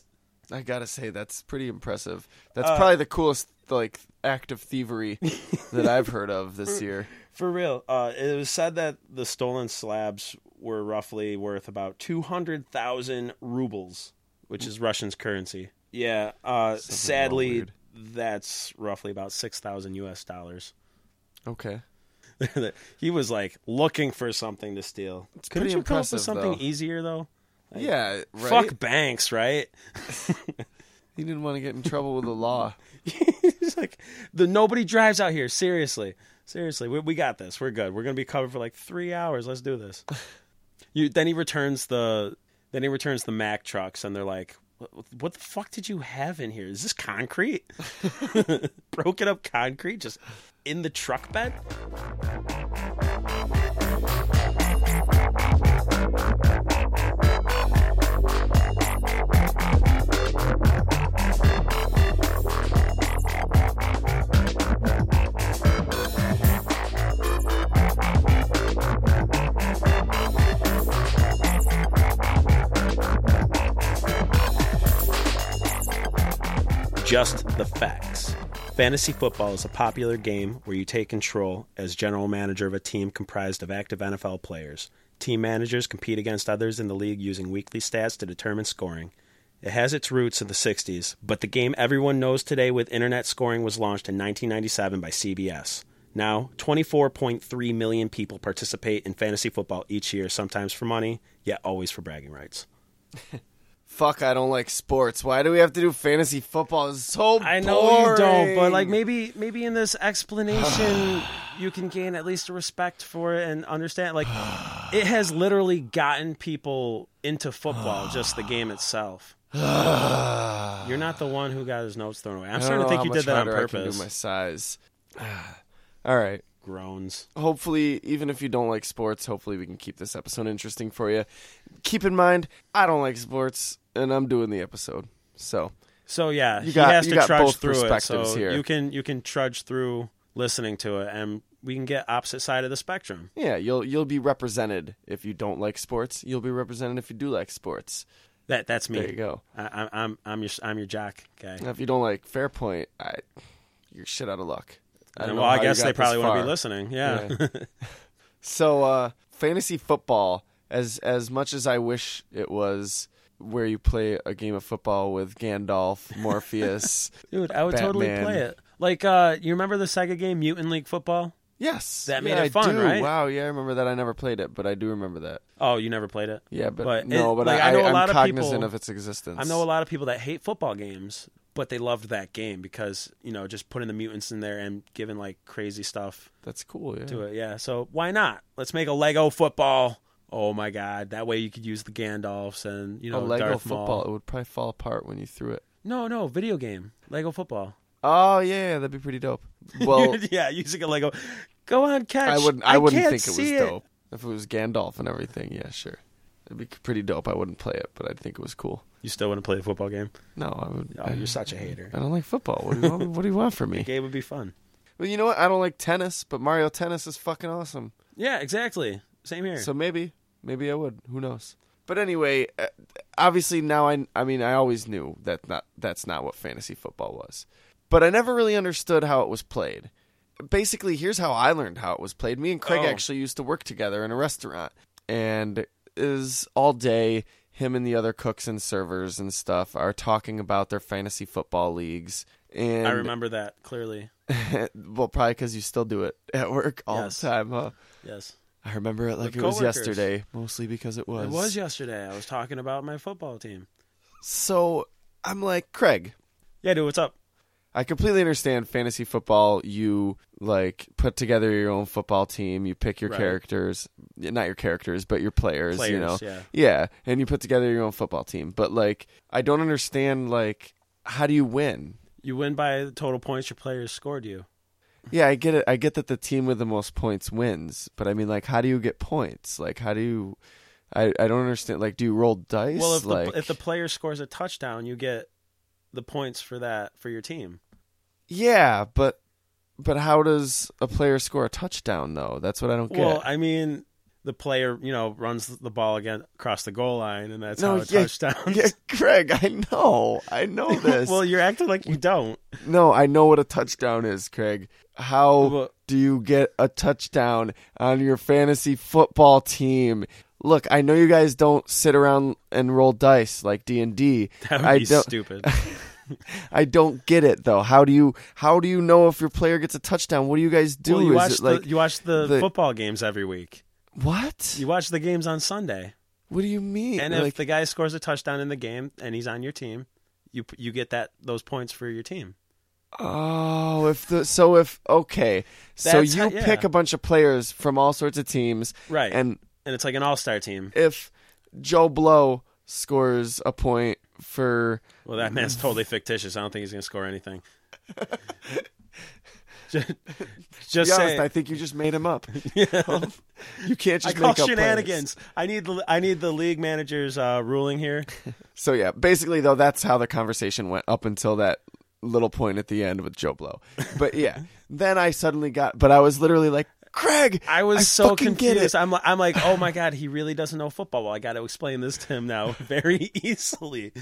[SPEAKER 3] I gotta say that's pretty impressive. That's
[SPEAKER 2] Uh,
[SPEAKER 3] probably the coolest like act of thievery that I've heard of this year.
[SPEAKER 2] For real, uh, it was said that the stolen slabs were roughly worth about two hundred thousand rubles, which is Russian's currency. Yeah, uh, sadly,
[SPEAKER 3] weird.
[SPEAKER 2] that's roughly about six thousand U.S. dollars.
[SPEAKER 3] Okay.
[SPEAKER 2] he was like looking for something to steal. Couldn't
[SPEAKER 3] pretty
[SPEAKER 2] you come up with
[SPEAKER 3] impressive,
[SPEAKER 2] something
[SPEAKER 3] though.
[SPEAKER 2] easier though?
[SPEAKER 3] Yeah, right.
[SPEAKER 2] Fuck banks, right?
[SPEAKER 3] He didn't want to get in trouble with the law.
[SPEAKER 2] He's like, the nobody drives out here. Seriously, seriously, we, we got this. We're good. We're gonna be covered for like three hours. Let's do this. You then he returns the then he returns the Mack trucks, and they're like, what, what the fuck did you have in here? Is this concrete? Broken up concrete just in the truck bed. Just the facts. Fantasy football is a popular game where you take control as general manager of a team comprised of active NFL players. Team managers compete against others in the league using weekly stats to determine scoring. It has its roots in the 60s, but the game everyone knows today with internet scoring was launched in 1997 by CBS. Now, 24.3 million people participate in fantasy football each year, sometimes for money, yet always for bragging rights.
[SPEAKER 3] Fuck, I don't like sports. Why do we have to do fantasy football? It's so
[SPEAKER 2] I know you don't, but
[SPEAKER 3] boring.
[SPEAKER 2] like maybe maybe in this explanation you can gain at least a respect for it and understand like it has literally gotten people into football, just the game itself. You're not the one who got his nose thrown away. I'm
[SPEAKER 3] I don't
[SPEAKER 2] starting to
[SPEAKER 3] know
[SPEAKER 2] think
[SPEAKER 3] how
[SPEAKER 2] you
[SPEAKER 3] much
[SPEAKER 2] did that on
[SPEAKER 3] harder I can do
[SPEAKER 2] purpose.
[SPEAKER 3] my size. Ah. All right.
[SPEAKER 2] Groans.
[SPEAKER 3] hopefully, even if you don't like sports, hopefully we can keep this episode interesting for you. Keep in mind, I don't like sports, and I'm doing the episode. So,
[SPEAKER 2] So yeah, he
[SPEAKER 3] got-
[SPEAKER 2] has
[SPEAKER 3] you
[SPEAKER 2] to
[SPEAKER 3] got
[SPEAKER 2] trudge
[SPEAKER 3] both
[SPEAKER 2] through it.
[SPEAKER 3] perspectives
[SPEAKER 2] So
[SPEAKER 3] here.
[SPEAKER 2] you can you can trudge through listening to it, and we can get opposite side of the spectrum.
[SPEAKER 3] yeah, you'll you'll be represented if you don't like sports. You'll be represented if you do like sports.
[SPEAKER 2] That that's me.
[SPEAKER 3] There you go.
[SPEAKER 2] I, I'm I'm I'm your I'm your jock guy.
[SPEAKER 3] Now, if you don't like Fairpoint, I, you're shit out of luck. I don't
[SPEAKER 2] And,
[SPEAKER 3] know
[SPEAKER 2] well, I
[SPEAKER 3] how you
[SPEAKER 2] guess
[SPEAKER 3] got
[SPEAKER 2] they
[SPEAKER 3] this
[SPEAKER 2] probably won't be
[SPEAKER 3] far.
[SPEAKER 2] listening. Yeah.
[SPEAKER 3] So uh, fantasy football, as as much as I wish it was where you play a game of football with Gandalf, Morpheus.
[SPEAKER 2] Dude, I would totally
[SPEAKER 3] Batman.
[SPEAKER 2] play it. Like, uh, you remember the Sega game Mutant League Football?
[SPEAKER 3] yes,
[SPEAKER 2] That made
[SPEAKER 3] yeah,
[SPEAKER 2] it
[SPEAKER 3] I
[SPEAKER 2] fun,
[SPEAKER 3] do.
[SPEAKER 2] right?
[SPEAKER 3] Wow, yeah, I remember that. I never played it, but I do remember that.
[SPEAKER 2] Oh, you never played it?
[SPEAKER 3] Yeah, but,
[SPEAKER 2] But it-
[SPEAKER 3] no, but
[SPEAKER 2] like,
[SPEAKER 3] I,
[SPEAKER 2] I know a
[SPEAKER 3] I'm
[SPEAKER 2] lot of
[SPEAKER 3] cognizant
[SPEAKER 2] people-
[SPEAKER 3] of its existence.
[SPEAKER 2] I know a lot of people that hate football games, but they loved that game because you know just putting the mutants in there and giving like crazy stuff
[SPEAKER 3] That's cool. Yeah.
[SPEAKER 2] to it. Yeah, so why not? Let's make a Lego football. Oh my god, that way you could use the Gandalfs and you
[SPEAKER 3] a
[SPEAKER 2] know
[SPEAKER 3] Lego
[SPEAKER 2] Darth Maul.
[SPEAKER 3] football, it would probably fall apart when you threw it.
[SPEAKER 2] No, no, video game Lego football.
[SPEAKER 3] Oh yeah, yeah, that'd be pretty dope. Well,
[SPEAKER 2] yeah, using a Lego. Go on, catch.
[SPEAKER 3] I wouldn't. I wouldn't
[SPEAKER 2] can't
[SPEAKER 3] think it was
[SPEAKER 2] see
[SPEAKER 3] dope. If it was Gandalf and everything, yeah, sure, it'd be pretty dope. I wouldn't play it, but I'd think it was cool.
[SPEAKER 2] You still wouldn't play a football game?
[SPEAKER 3] No, I would.
[SPEAKER 2] Oh,
[SPEAKER 3] I,
[SPEAKER 2] you're such a hater.
[SPEAKER 3] I don't like football. What do you want, what do you want from me?
[SPEAKER 2] Game would be fun.
[SPEAKER 3] Well, you know what? I don't like tennis, but Mario Tennis is fucking awesome.
[SPEAKER 2] Yeah, exactly. Same here.
[SPEAKER 3] So maybe, maybe I would. Who knows? But anyway, uh, obviously now I. I mean, I always knew that not that's not what fantasy football was, but I never really understood how it was played. Basically, here's how I learned how it was played. Me and Craig
[SPEAKER 2] Oh.
[SPEAKER 3] actually used to work together in a restaurant, and is all day. Him and the other cooks and servers and stuff are talking about their fantasy football leagues. And
[SPEAKER 2] I remember that clearly.
[SPEAKER 3] well, probably because you still do it at work all
[SPEAKER 2] Yes.
[SPEAKER 3] the time. Huh?
[SPEAKER 2] Yes.
[SPEAKER 3] I remember it like
[SPEAKER 2] With
[SPEAKER 3] it was
[SPEAKER 2] coworkers.
[SPEAKER 3] yesterday, mostly because it was.
[SPEAKER 2] It was yesterday. I was talking about my football team.
[SPEAKER 3] So I'm like, Craig,
[SPEAKER 2] Yeah, dude, what's up?
[SPEAKER 3] I completely understand fantasy football. You like put together your own football team. You pick your
[SPEAKER 2] Right.
[SPEAKER 3] characters, not your characters, but your players. you know,
[SPEAKER 2] Players, yeah.
[SPEAKER 3] yeah, and you put together your own football team. But like, I don't understand like how do you win?
[SPEAKER 2] You win by the total points your players scored you.
[SPEAKER 3] Yeah, I get it. I get that the team with the most points wins, but I mean, like, how do you get points? Like, how do you? I, I don't understand. Like, do you roll dice?
[SPEAKER 2] Well, if the
[SPEAKER 3] like,
[SPEAKER 2] if the player scores a touchdown, you get the points for that for your team.
[SPEAKER 3] yeah, but but how does a player score a touchdown though? That's what I don't
[SPEAKER 2] Well,
[SPEAKER 3] get.
[SPEAKER 2] I mean, the player, you know, runs the ball again across the goal line and that's how
[SPEAKER 3] no,
[SPEAKER 2] a
[SPEAKER 3] yeah,
[SPEAKER 2] touchdown.
[SPEAKER 3] yeah, Craig, I know, I know this.
[SPEAKER 2] well, you're acting like you don't.
[SPEAKER 3] no, I know what a touchdown is, Craig. How
[SPEAKER 2] Well-
[SPEAKER 3] do you get a touchdown on your fantasy football team? Look, I know you guys don't sit around and roll dice like D and D.
[SPEAKER 2] That would
[SPEAKER 3] I
[SPEAKER 2] be
[SPEAKER 3] don't.
[SPEAKER 2] stupid.
[SPEAKER 3] I don't get it though. How do you how do you know if your player gets a touchdown? What do you guys do?
[SPEAKER 2] well, you
[SPEAKER 3] Is
[SPEAKER 2] watch
[SPEAKER 3] it
[SPEAKER 2] the
[SPEAKER 3] like
[SPEAKER 2] you watch the,
[SPEAKER 3] the-
[SPEAKER 2] football games every week.
[SPEAKER 3] what?
[SPEAKER 2] You watch the games on Sunday.
[SPEAKER 3] What do you mean?
[SPEAKER 2] And if
[SPEAKER 3] like,
[SPEAKER 2] the guy scores a touchdown in the game and he's on your team, you you get that those points for your team.
[SPEAKER 3] oh, if the so if okay, so
[SPEAKER 2] That's
[SPEAKER 3] you
[SPEAKER 2] how- yeah.
[SPEAKER 3] pick a bunch of players from all sorts of teams,
[SPEAKER 2] Right.
[SPEAKER 3] And
[SPEAKER 2] And it's like an all-star team.
[SPEAKER 3] if Joe Blow scores a point for
[SPEAKER 2] Well, that man's totally fictitious. I don't think he's going to score anything. just
[SPEAKER 3] to be
[SPEAKER 2] just
[SPEAKER 3] honest,
[SPEAKER 2] say
[SPEAKER 3] I think you just made him up. Um, you can't
[SPEAKER 2] I
[SPEAKER 3] just
[SPEAKER 2] call
[SPEAKER 3] make up players.
[SPEAKER 2] shenanigans. I need the I need the league manager's uh, ruling here.
[SPEAKER 3] So yeah, basically though, that's how the conversation went up until that little point at the end with Joe Blow. But yeah, then I suddenly got. But I was literally like, Craig,
[SPEAKER 2] I was so
[SPEAKER 3] fucking get
[SPEAKER 2] confused.
[SPEAKER 3] it.
[SPEAKER 2] I'm like, I'm like, oh my god, he really doesn't know football. Well, I got to explain this to him now very easily.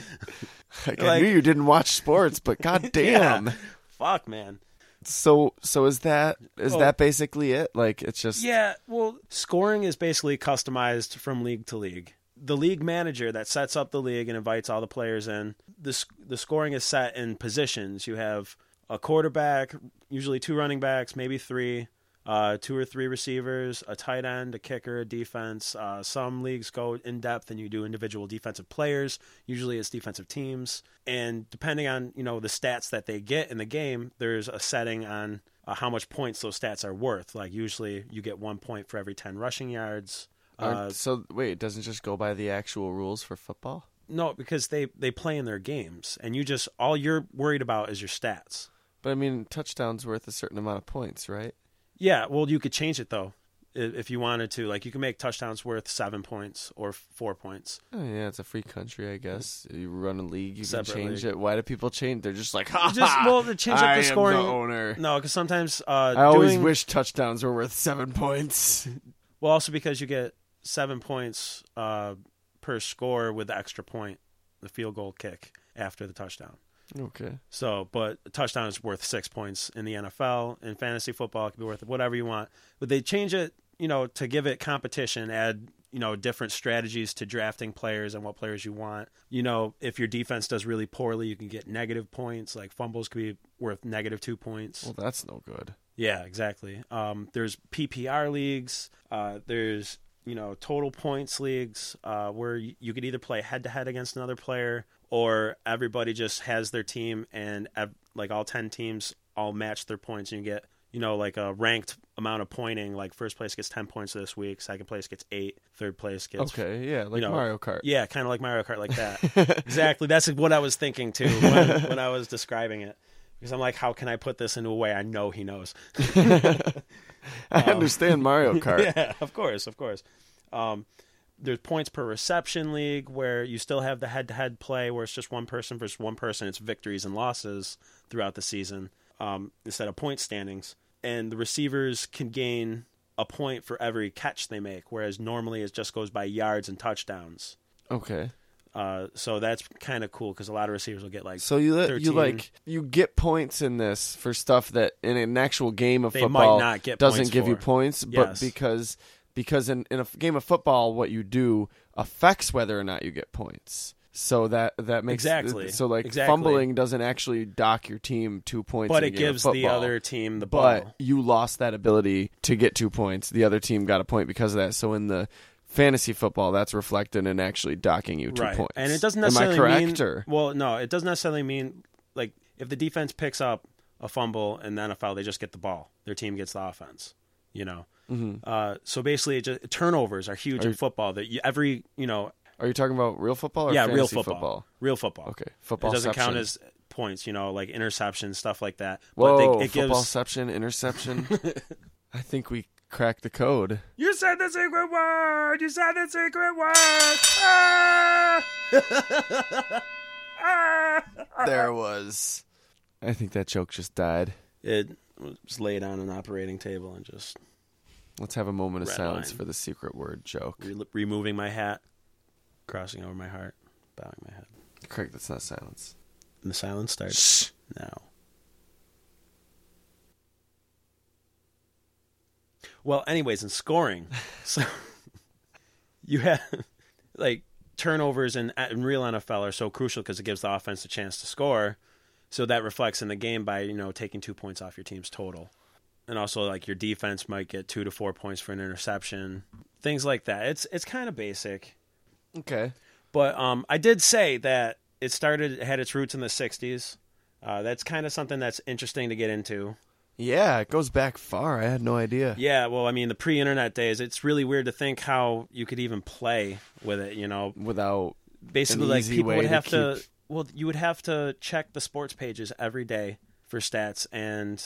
[SPEAKER 3] Like, I
[SPEAKER 2] like-
[SPEAKER 3] knew you didn't watch sports, but god damn.
[SPEAKER 2] Yeah. Fuck, man.
[SPEAKER 3] So so is that is
[SPEAKER 2] Oh.
[SPEAKER 3] that basically it? Like it's just
[SPEAKER 2] Yeah, well, scoring is basically customized from league to league. The league manager that sets up the league and invites all the players in, the sc- the scoring is set in positions. You have a quarterback, usually two running backs, maybe three, uh, two or three receivers, a tight end, a kicker, a defense. Uh, some leagues go in depth and you do individual defensive players. Usually it's defensive teams, and depending on you know the stats that they get in the game, there's a setting on uh, how much points those stats are worth. Like usually you get one point for every ten rushing yards.
[SPEAKER 3] aren't-
[SPEAKER 2] Uh,
[SPEAKER 3] so wait, it doesn't just go by the actual rules for football?
[SPEAKER 2] no, because they they play in their games, and you just all you're worried about is your stats.
[SPEAKER 3] But I mean, touchdowns worth a certain amount of points, right?
[SPEAKER 2] Yeah, well, you could change it though, i- if you wanted to. Like you can make touchdowns worth seven points or f- four points.
[SPEAKER 3] Oh, yeah, it's a free country, I guess. Mm-hmm. You run a league, you
[SPEAKER 2] Separate
[SPEAKER 3] can change
[SPEAKER 2] league.
[SPEAKER 3] it. Why do people change? They're just like, ha
[SPEAKER 2] Just-
[SPEAKER 3] ha,
[SPEAKER 2] well, they change up the
[SPEAKER 3] I am
[SPEAKER 2] scoring-
[SPEAKER 3] owner.
[SPEAKER 2] No, because sometimes uh,
[SPEAKER 3] I always
[SPEAKER 2] doing-
[SPEAKER 3] wish touchdowns were worth seven points.
[SPEAKER 2] Well, also because you get seven points uh, per score with the extra point. the field goal kick after the touchdown.
[SPEAKER 3] Okay.
[SPEAKER 2] So, but a touchdown is worth six points in the NFL. In fantasy football, it could be worth whatever you want. But they change it, you know, to give it competition, add, you know, different strategies to drafting players and what players you want. You know, if your defense does really poorly, you can get negative points. Like fumbles could be worth negative two points.
[SPEAKER 3] Well, that's no good.
[SPEAKER 2] Yeah, exactly. Um, there's PPR leagues. Uh, there's you know total points leagues uh, where y- you could either play head to head against another player, or everybody just has their team and ev- like all ten teams all match their points, and you get you know like a ranked amount of pointing. Like first place gets ten points this week, second place gets eight, third place gets
[SPEAKER 3] Okay, yeah, like
[SPEAKER 2] you know,
[SPEAKER 3] Mario Kart.
[SPEAKER 2] Yeah, kind of like Mario Kart, like that. exactly. That's what I was thinking too when, when I was describing it, because I'm like, how can I put this into a way I know he knows?
[SPEAKER 3] I understand Mario Kart.
[SPEAKER 2] yeah, of course, of course. Um, there's points per reception league where you still have the head-to-head play where it's just one person versus one person. It's victories and losses throughout the season um, instead of point standings, and the receivers can gain a point for every catch they make, whereas normally it just goes by yards and touchdowns.
[SPEAKER 3] Okay.
[SPEAKER 2] Uh, so that's kind of cool because a lot of receivers will get like
[SPEAKER 3] So you let, you
[SPEAKER 2] 13.
[SPEAKER 3] like you get points in this for stuff that in an actual game of
[SPEAKER 2] They might
[SPEAKER 3] football
[SPEAKER 2] not get
[SPEAKER 3] doesn't
[SPEAKER 2] points
[SPEAKER 3] give you
[SPEAKER 2] for.
[SPEAKER 3] points, but
[SPEAKER 2] Yes.
[SPEAKER 3] because because in, in a f- game of football, what you do affects whether or not you get points. So that that makes
[SPEAKER 2] Exactly.
[SPEAKER 3] So like
[SPEAKER 2] Exactly.
[SPEAKER 3] fumbling doesn't actually dock your team two points,
[SPEAKER 2] but
[SPEAKER 3] in a
[SPEAKER 2] it
[SPEAKER 3] game of
[SPEAKER 2] gives the
[SPEAKER 3] football.
[SPEAKER 2] other team the ball.
[SPEAKER 3] But you lost that ability to get two points. The other team got a point because of that. So in the fantasy football, that's reflected in actually docking you two
[SPEAKER 2] right.
[SPEAKER 3] points.
[SPEAKER 2] And it doesn't
[SPEAKER 3] Am I
[SPEAKER 2] necessarily
[SPEAKER 3] correct
[SPEAKER 2] mean
[SPEAKER 3] or
[SPEAKER 2] well, no, it doesn't necessarily mean like if the defense picks up a fumble and then a foul, they just get the ball. Their team gets the offense. You know.
[SPEAKER 3] Mm-hmm.
[SPEAKER 2] Uh, so basically, it just, turnovers are huge in football. That you, every you know,
[SPEAKER 3] Are you talking about real football or
[SPEAKER 2] yeah,
[SPEAKER 3] fantasy
[SPEAKER 2] real football, real football.
[SPEAKER 3] Okay,
[SPEAKER 2] It
[SPEAKER 3] football.
[SPEAKER 2] doesn't count as points. You know, like interceptions, stuff like that.
[SPEAKER 3] whoa.
[SPEAKER 2] but they, it gives.
[SPEAKER 3] Footballception, interception. I think we cracked the code.
[SPEAKER 2] You said the secret word. You said the secret word. Ah!
[SPEAKER 3] There was. I think that joke just died.
[SPEAKER 2] It was laid on an operating table and just
[SPEAKER 3] Let's have a moment of
[SPEAKER 2] Red
[SPEAKER 3] silence
[SPEAKER 2] line.
[SPEAKER 3] for the secret word joke.
[SPEAKER 2] re- removing my hat, crossing over my heart, bowing my head.
[SPEAKER 3] Craig, that's not silence.
[SPEAKER 2] And the silence starts now. Well, anyways, in scoring, so you have like turnovers and in real NFL are so crucial because it gives the offense a chance to score. So that reflects in the game by you know taking two points off your team's total, and also like your defense might get two to four points for an interception, things like that. It's it's kind of basic.
[SPEAKER 3] Okay.
[SPEAKER 2] But um, I did say that it started it had its roots in the '60s. Uh, that's kind of something that's interesting to get into.
[SPEAKER 3] Yeah, it goes back far. I had no idea.
[SPEAKER 2] Yeah, well, I mean, the pre-internet days, it's really weird to think how you could even play with it. You know,
[SPEAKER 3] Without
[SPEAKER 2] basically,
[SPEAKER 3] An
[SPEAKER 2] like
[SPEAKER 3] easy
[SPEAKER 2] people
[SPEAKER 3] way
[SPEAKER 2] would
[SPEAKER 3] to
[SPEAKER 2] have to.
[SPEAKER 3] keep-
[SPEAKER 2] Well, you would have to check the sports pages every day for stats, and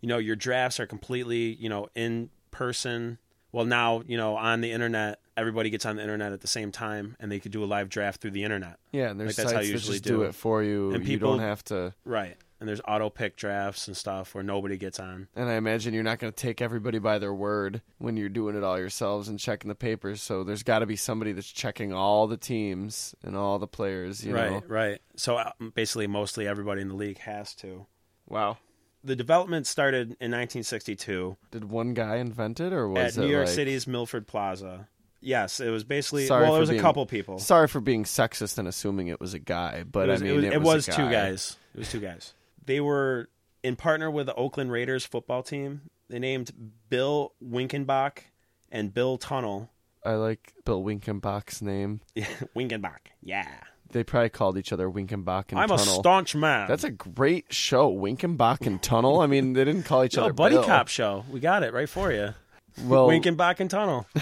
[SPEAKER 2] you know your drafts are completely you know in person. Well, now you know on the internet, everybody gets on the internet at the same time, and they could do a live draft through the internet.
[SPEAKER 3] yeah, and there's
[SPEAKER 2] Like, that's how
[SPEAKER 3] sites
[SPEAKER 2] you
[SPEAKER 3] that
[SPEAKER 2] usually
[SPEAKER 3] just do
[SPEAKER 2] do.
[SPEAKER 3] it for you.
[SPEAKER 2] And
[SPEAKER 3] you don't
[SPEAKER 2] people-
[SPEAKER 3] have to.
[SPEAKER 2] Right. And there's auto pick drafts and stuff where nobody gets on.
[SPEAKER 3] And I imagine you're not going to take everybody by their word when you're doing it all yourselves and checking the papers. So there's got to be somebody that's checking all the teams and all the players. You
[SPEAKER 2] right,
[SPEAKER 3] know,
[SPEAKER 2] right. So uh, basically, mostly everybody in the league has to.
[SPEAKER 3] wow.
[SPEAKER 2] The development started in 1962
[SPEAKER 3] Did one guy invent it, or was
[SPEAKER 2] at
[SPEAKER 3] it
[SPEAKER 2] New York
[SPEAKER 3] like-
[SPEAKER 2] City's Milford Plaza. Yes, it was basically.
[SPEAKER 3] Sorry
[SPEAKER 2] well,
[SPEAKER 3] for
[SPEAKER 2] there was
[SPEAKER 3] being-
[SPEAKER 2] a couple people.
[SPEAKER 3] Sorry for being sexist and assuming it was a guy, but
[SPEAKER 2] it was,
[SPEAKER 3] I
[SPEAKER 2] it
[SPEAKER 3] mean,
[SPEAKER 2] was- it was
[SPEAKER 3] a
[SPEAKER 2] two
[SPEAKER 3] guy.
[SPEAKER 2] guys. It was two guys. They were in partner with the Oakland Raiders football team. They named Bill Winkenbach and Bill Tunnel.
[SPEAKER 3] I like Bill Winkenbach's name.
[SPEAKER 2] Winkenbach, yeah.
[SPEAKER 3] They probably called each other Winkenbach and
[SPEAKER 2] I'm a
[SPEAKER 3] Tunnel.
[SPEAKER 2] staunch man.
[SPEAKER 3] That's a great show, Winkenbach and Tunnel. I mean, they didn't call each
[SPEAKER 2] Yo,
[SPEAKER 3] other
[SPEAKER 2] buddy
[SPEAKER 3] Bill.
[SPEAKER 2] cop show. We got it right for you.
[SPEAKER 3] Well,
[SPEAKER 2] Winking back in tunnel.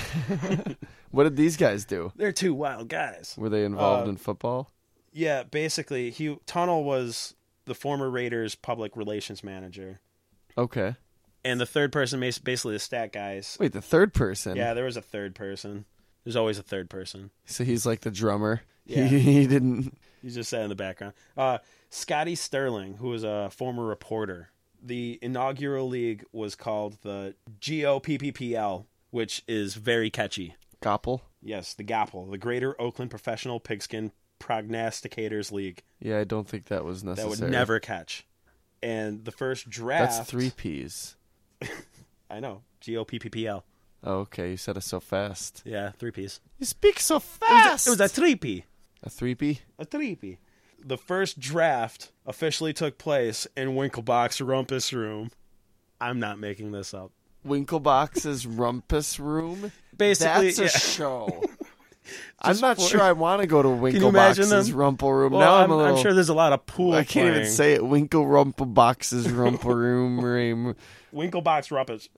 [SPEAKER 3] what did these guys do?
[SPEAKER 2] They're two wild guys.
[SPEAKER 3] Were they involved
[SPEAKER 2] Uh,
[SPEAKER 3] in football?
[SPEAKER 2] Yeah, basically, he Tunnel was the former Raiders public relations manager,
[SPEAKER 3] Okay.
[SPEAKER 2] and the third person, bas- basically the stat guys.
[SPEAKER 3] Wait, the third person.
[SPEAKER 2] Yeah, there was a third person. There's always a third person.
[SPEAKER 3] So he's like the drummer.
[SPEAKER 2] Yeah.
[SPEAKER 3] He, he didn't.
[SPEAKER 2] He just sat in the background. Uh, Scotty Sterling, who was a former reporter. The inaugural league was called the GOPPPL, which is very catchy.
[SPEAKER 3] Goppel.
[SPEAKER 2] Yes, the GAPL, the Greater Oakland Professional Pigskin prognosticators league
[SPEAKER 3] Yeah, I don't think that was
[SPEAKER 2] that
[SPEAKER 3] necessary.
[SPEAKER 2] would never catch. And the first draft.
[SPEAKER 3] That's three P's.
[SPEAKER 2] I know. G O P P P L.
[SPEAKER 3] Oh, okay, you said it so fast.
[SPEAKER 2] Yeah, three P's.
[SPEAKER 3] You speak so
[SPEAKER 2] It was a three P.
[SPEAKER 3] a three P.
[SPEAKER 2] A three P. The first draft officially took place in Winklebox Rumpus Room. I'm not making this up.
[SPEAKER 3] Winklebox's Rumpus Room.
[SPEAKER 2] Basically,
[SPEAKER 3] that's a
[SPEAKER 2] yeah.
[SPEAKER 3] show. I'm not sure I want to go to
[SPEAKER 2] you imagine
[SPEAKER 3] Winklebox's
[SPEAKER 2] them?
[SPEAKER 3] Rumple Room.
[SPEAKER 2] Well,
[SPEAKER 3] now I'm,
[SPEAKER 2] I'm,
[SPEAKER 3] a little.
[SPEAKER 2] I'm sure there's a lot of pool.
[SPEAKER 3] I can't even
[SPEAKER 2] playing.
[SPEAKER 3] say it. Winkle Rumplebox's Rumple Room Room.
[SPEAKER 2] Winklebox Rumpus.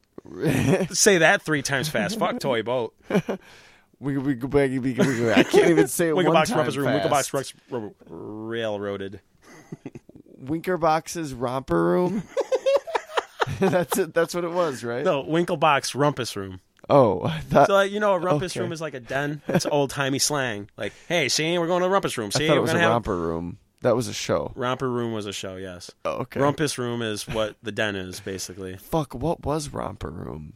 [SPEAKER 2] say that three times fast. Fuck toy boat.
[SPEAKER 3] Wiggle, wiggle, baggy, wiggle, wiggle. I can't even say it one
[SPEAKER 2] Winklebox
[SPEAKER 3] time
[SPEAKER 2] Rumpus Room.
[SPEAKER 3] fast.
[SPEAKER 2] Winklebox Rumpus Room. Railroaded.
[SPEAKER 3] Winkerbox's romper room. that's it. That's what it was, right?
[SPEAKER 2] No, Winklebox Rumpus Room.
[SPEAKER 3] Oh, I thought
[SPEAKER 2] So like, you know, a rumpus
[SPEAKER 3] Okay.
[SPEAKER 2] room is like a den. It's old timey slang. Like, hey, see, we're going to the rumpus room. See,
[SPEAKER 3] I thought
[SPEAKER 2] we're
[SPEAKER 3] it was a
[SPEAKER 2] gonna have
[SPEAKER 3] romper room. That was a show.
[SPEAKER 2] romper room was a show. Yes,
[SPEAKER 3] Oh, okay.
[SPEAKER 2] rumpus room is what the den is basically.
[SPEAKER 3] Fuck. What was romper room?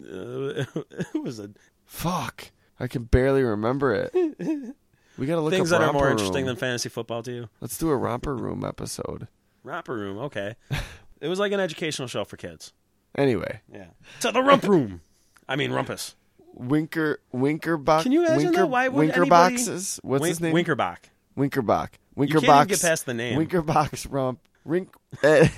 [SPEAKER 2] Uh, it was a,
[SPEAKER 3] Fuck. I can barely remember it. We gotta look
[SPEAKER 2] things
[SPEAKER 3] up
[SPEAKER 2] that are
[SPEAKER 3] romper
[SPEAKER 2] more
[SPEAKER 3] room.
[SPEAKER 2] interesting than fantasy football to you.
[SPEAKER 3] Let's do a romper room episode.
[SPEAKER 2] Romper room, okay. it was like an educational show for kids.
[SPEAKER 3] Anyway,
[SPEAKER 2] Yeah, to the rump room. I mean, rumpus.
[SPEAKER 3] Winker Winker box.
[SPEAKER 2] Can you imagine
[SPEAKER 3] Winker,
[SPEAKER 2] that? Why would
[SPEAKER 3] Winker
[SPEAKER 2] anybody-
[SPEAKER 3] boxes? What's
[SPEAKER 2] Win-
[SPEAKER 3] his name?
[SPEAKER 2] Winkerbach.
[SPEAKER 3] Winkerbach. Winkerbox.
[SPEAKER 2] can't even get past the name.
[SPEAKER 3] Winkerbox romp. Rink. eh.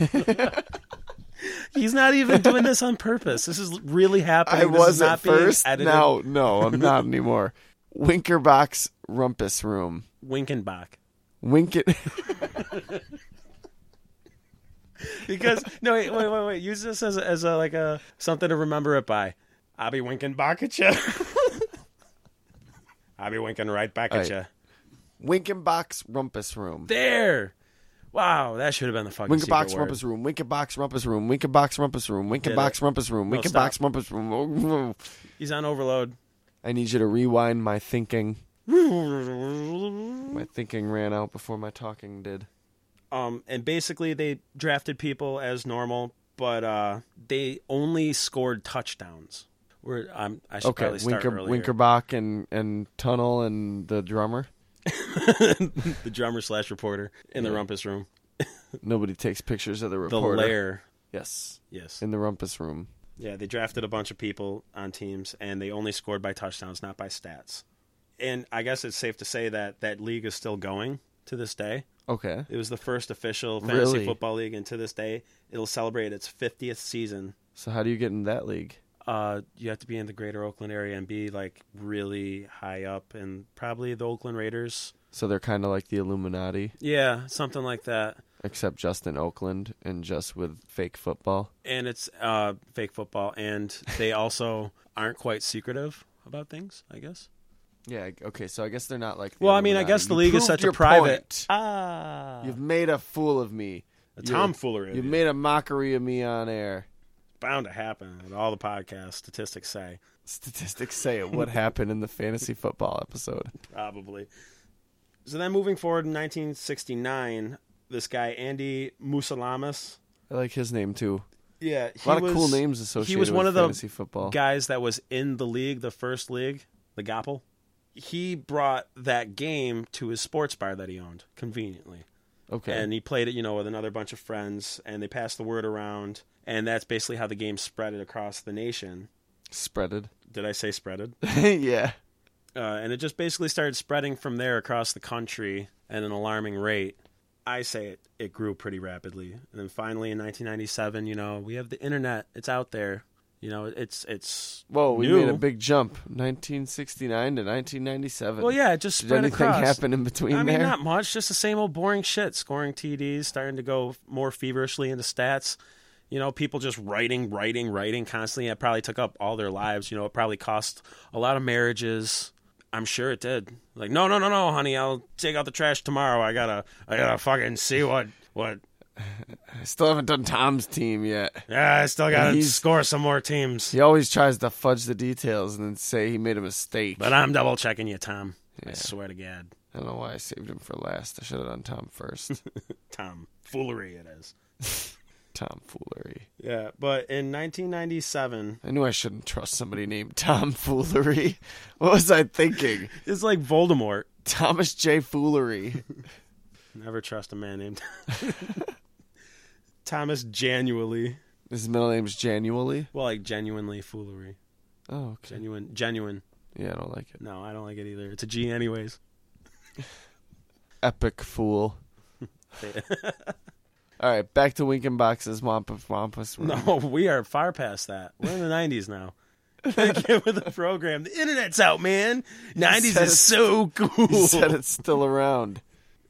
[SPEAKER 2] He's not even doing this on purpose. This is really happening.
[SPEAKER 3] I
[SPEAKER 2] This is
[SPEAKER 3] was
[SPEAKER 2] not
[SPEAKER 3] at
[SPEAKER 2] being
[SPEAKER 3] first.
[SPEAKER 2] Edited.
[SPEAKER 3] Now, no, I'm not anymore. Winkerbox Rumpus Room.
[SPEAKER 2] Winkenbach.
[SPEAKER 3] Wink it.
[SPEAKER 2] because no wait wait wait wait use this as a, as a like a something to remember it by i'll be winking back at you i'll be winking right back
[SPEAKER 3] Alright.
[SPEAKER 2] at you
[SPEAKER 3] Winkenbox Rumpus Room.
[SPEAKER 2] there wow that should have been the fucking
[SPEAKER 3] Winkerbox
[SPEAKER 2] secret word.
[SPEAKER 3] Rumpus Room. Winkerbox Rumpus Room. Winkerbox Rumpus Room. Winkerbox Rumpus Room.
[SPEAKER 2] No,
[SPEAKER 3] Winkerbox
[SPEAKER 2] stop.
[SPEAKER 3] Rumpus Room.
[SPEAKER 2] he's on overload
[SPEAKER 3] I need you to rewind my thinking. My thinking ran out before my talking did.
[SPEAKER 2] um and basically they drafted people as normal but uh they only scored touchdowns where um, i should
[SPEAKER 3] Okay,
[SPEAKER 2] probably start
[SPEAKER 3] Winker,
[SPEAKER 2] earlier.
[SPEAKER 3] Winkerbach and, and Tunnel and the drummer.
[SPEAKER 2] the drummer slash reporter in the rumpus room
[SPEAKER 3] Nobody takes pictures of the
[SPEAKER 2] the
[SPEAKER 3] reporter.
[SPEAKER 2] lair
[SPEAKER 3] Yes,
[SPEAKER 2] yes
[SPEAKER 3] in the Rumpus Room.
[SPEAKER 2] Yeah, they drafted a bunch of people on teams, and they only scored by touchdowns, not by stats. And I guess it's safe to say that that league is still going to this day.
[SPEAKER 3] Okay.
[SPEAKER 2] It was the first official fantasy
[SPEAKER 3] Really?
[SPEAKER 2] football league, and to this day, it'll celebrate its 50th season.
[SPEAKER 3] So how do you get in that league?
[SPEAKER 2] Uh, you have to be in the greater Oakland area and be like really high up, and probably the Oakland Raiders.
[SPEAKER 3] So they're kind of like the Illuminati,
[SPEAKER 2] Yeah, something like that.
[SPEAKER 3] except just in Oakland and just with fake football.
[SPEAKER 2] And it's uh, fake football, and they also aren't quite secretive about things, I guess.
[SPEAKER 3] Yeah. Okay. So I guess they're not like.
[SPEAKER 2] Well, I mean, I guess the league is such a private. Ah,
[SPEAKER 3] You've made a fool of me.
[SPEAKER 2] a
[SPEAKER 3] You-
[SPEAKER 2] tomfoolery.
[SPEAKER 3] You've
[SPEAKER 2] It's
[SPEAKER 3] made a mockery of me on air.
[SPEAKER 2] bound to happen. What all the podcast statistics say,
[SPEAKER 3] Statistics say it. What happened in the fantasy football episode?
[SPEAKER 2] probably. So then, moving forward in 1969, this guy Andy Musalamas.
[SPEAKER 3] I like his name too.
[SPEAKER 2] Yeah, he
[SPEAKER 3] A lot
[SPEAKER 2] was,
[SPEAKER 3] of cool names associated
[SPEAKER 2] He was one
[SPEAKER 3] with
[SPEAKER 2] of
[SPEAKER 3] fantasy
[SPEAKER 2] the
[SPEAKER 3] football.
[SPEAKER 2] guys that was in the league, the first league, the Gopple. He brought that game to his sports bar that he owned conveniently.
[SPEAKER 3] okay.
[SPEAKER 2] and he played it, you know, with another bunch of friends, and they passed the word around, and that's basically how the game spread it across the nation.
[SPEAKER 3] Spreaded.
[SPEAKER 2] Did I say spreaded?
[SPEAKER 3] yeah.
[SPEAKER 2] Uh, and it just basically started spreading from there across the country at an alarming rate. I say it, it grew pretty rapidly, and then finally in 1997, you know, we have the internet; it's out there. You know, it's it's
[SPEAKER 3] Whoa, we
[SPEAKER 2] new.
[SPEAKER 3] made a big jump. 1969 to 1997.
[SPEAKER 2] Well, yeah, it just
[SPEAKER 3] Did
[SPEAKER 2] spread
[SPEAKER 3] anything
[SPEAKER 2] across.
[SPEAKER 3] happen in between
[SPEAKER 2] I mean,
[SPEAKER 3] there?
[SPEAKER 2] not much. Just the same old boring shit. Scoring TDs, starting to go more feverishly into stats. You know, people just writing, writing, writing constantly. It probably took up all their lives. You know, it probably cost a lot of marriages. I'm sure it did. Like, no, no, no, no, honey, I'll take out the trash tomorrow. I gotta, I gotta fucking see what, what.
[SPEAKER 3] I still haven't done Tom's team yet.
[SPEAKER 2] Yeah, I still gotta
[SPEAKER 3] He's-
[SPEAKER 2] score some more teams.
[SPEAKER 3] He always tries to fudge the details and then say he made a mistake.
[SPEAKER 2] But I'm double checking you, Tom. I swear to God,
[SPEAKER 3] I don't know why I saved him for last. I should have done Tom first.
[SPEAKER 2] Tom, foolery it is.
[SPEAKER 3] Tomfoolery.
[SPEAKER 2] Yeah, but in 1997,
[SPEAKER 3] I knew I shouldn't trust somebody named Tomfoolery. What was I thinking?
[SPEAKER 2] it's like Voldemort.
[SPEAKER 3] Thomas J. Foolery.
[SPEAKER 2] Never trust a man named Thomas Genuinely.
[SPEAKER 3] His middle name's Janually.
[SPEAKER 2] Well, like genuinely foolery.
[SPEAKER 3] Oh, okay.
[SPEAKER 2] Genuine, genuine.
[SPEAKER 3] Yeah, I don't like it.
[SPEAKER 2] No, I don't like it either. It's a G, anyways.
[SPEAKER 3] Epic fool. All right, back to Winkin' Boxes, Wampus Wampus.
[SPEAKER 2] No, we are far past that. We're in the '90s now. Gotta Get with the program. The internet's out, man. '90s
[SPEAKER 3] said
[SPEAKER 2] is so
[SPEAKER 3] You
[SPEAKER 2] cool.
[SPEAKER 3] said it's still around.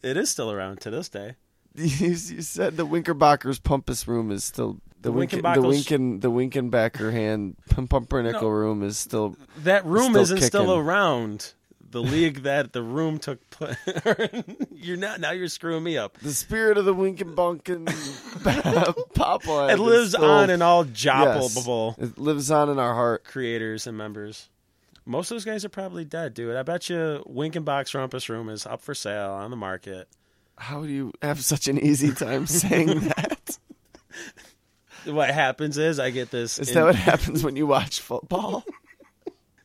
[SPEAKER 2] It is still around to this day.
[SPEAKER 3] You, you said the Winkerbocker's Pumpus Room is still. The Winkin, the
[SPEAKER 2] Winkenbocker's-
[SPEAKER 3] Winkin, the Winkenbacker hand pum- pumpernickel room is still.
[SPEAKER 2] That room
[SPEAKER 3] Still
[SPEAKER 2] isn't still
[SPEAKER 3] kicking.
[SPEAKER 2] around. The league that the room took place. you're not now. You're screwing me up.
[SPEAKER 3] The spirit of the Winkin Bonkin Popeye.
[SPEAKER 2] It
[SPEAKER 3] is
[SPEAKER 2] lives
[SPEAKER 3] still-
[SPEAKER 2] on in all
[SPEAKER 3] yes,
[SPEAKER 2] joppable
[SPEAKER 3] It lives on in our heart.
[SPEAKER 2] creators and members. Most of those guys are probably dead, dude. I bet you Wink and Box Rumpus Room is up for sale on the market.
[SPEAKER 3] How do you have such an easy time saying that?
[SPEAKER 2] What happens is I get this.
[SPEAKER 3] Is
[SPEAKER 2] in-
[SPEAKER 3] that what happens when you watch football?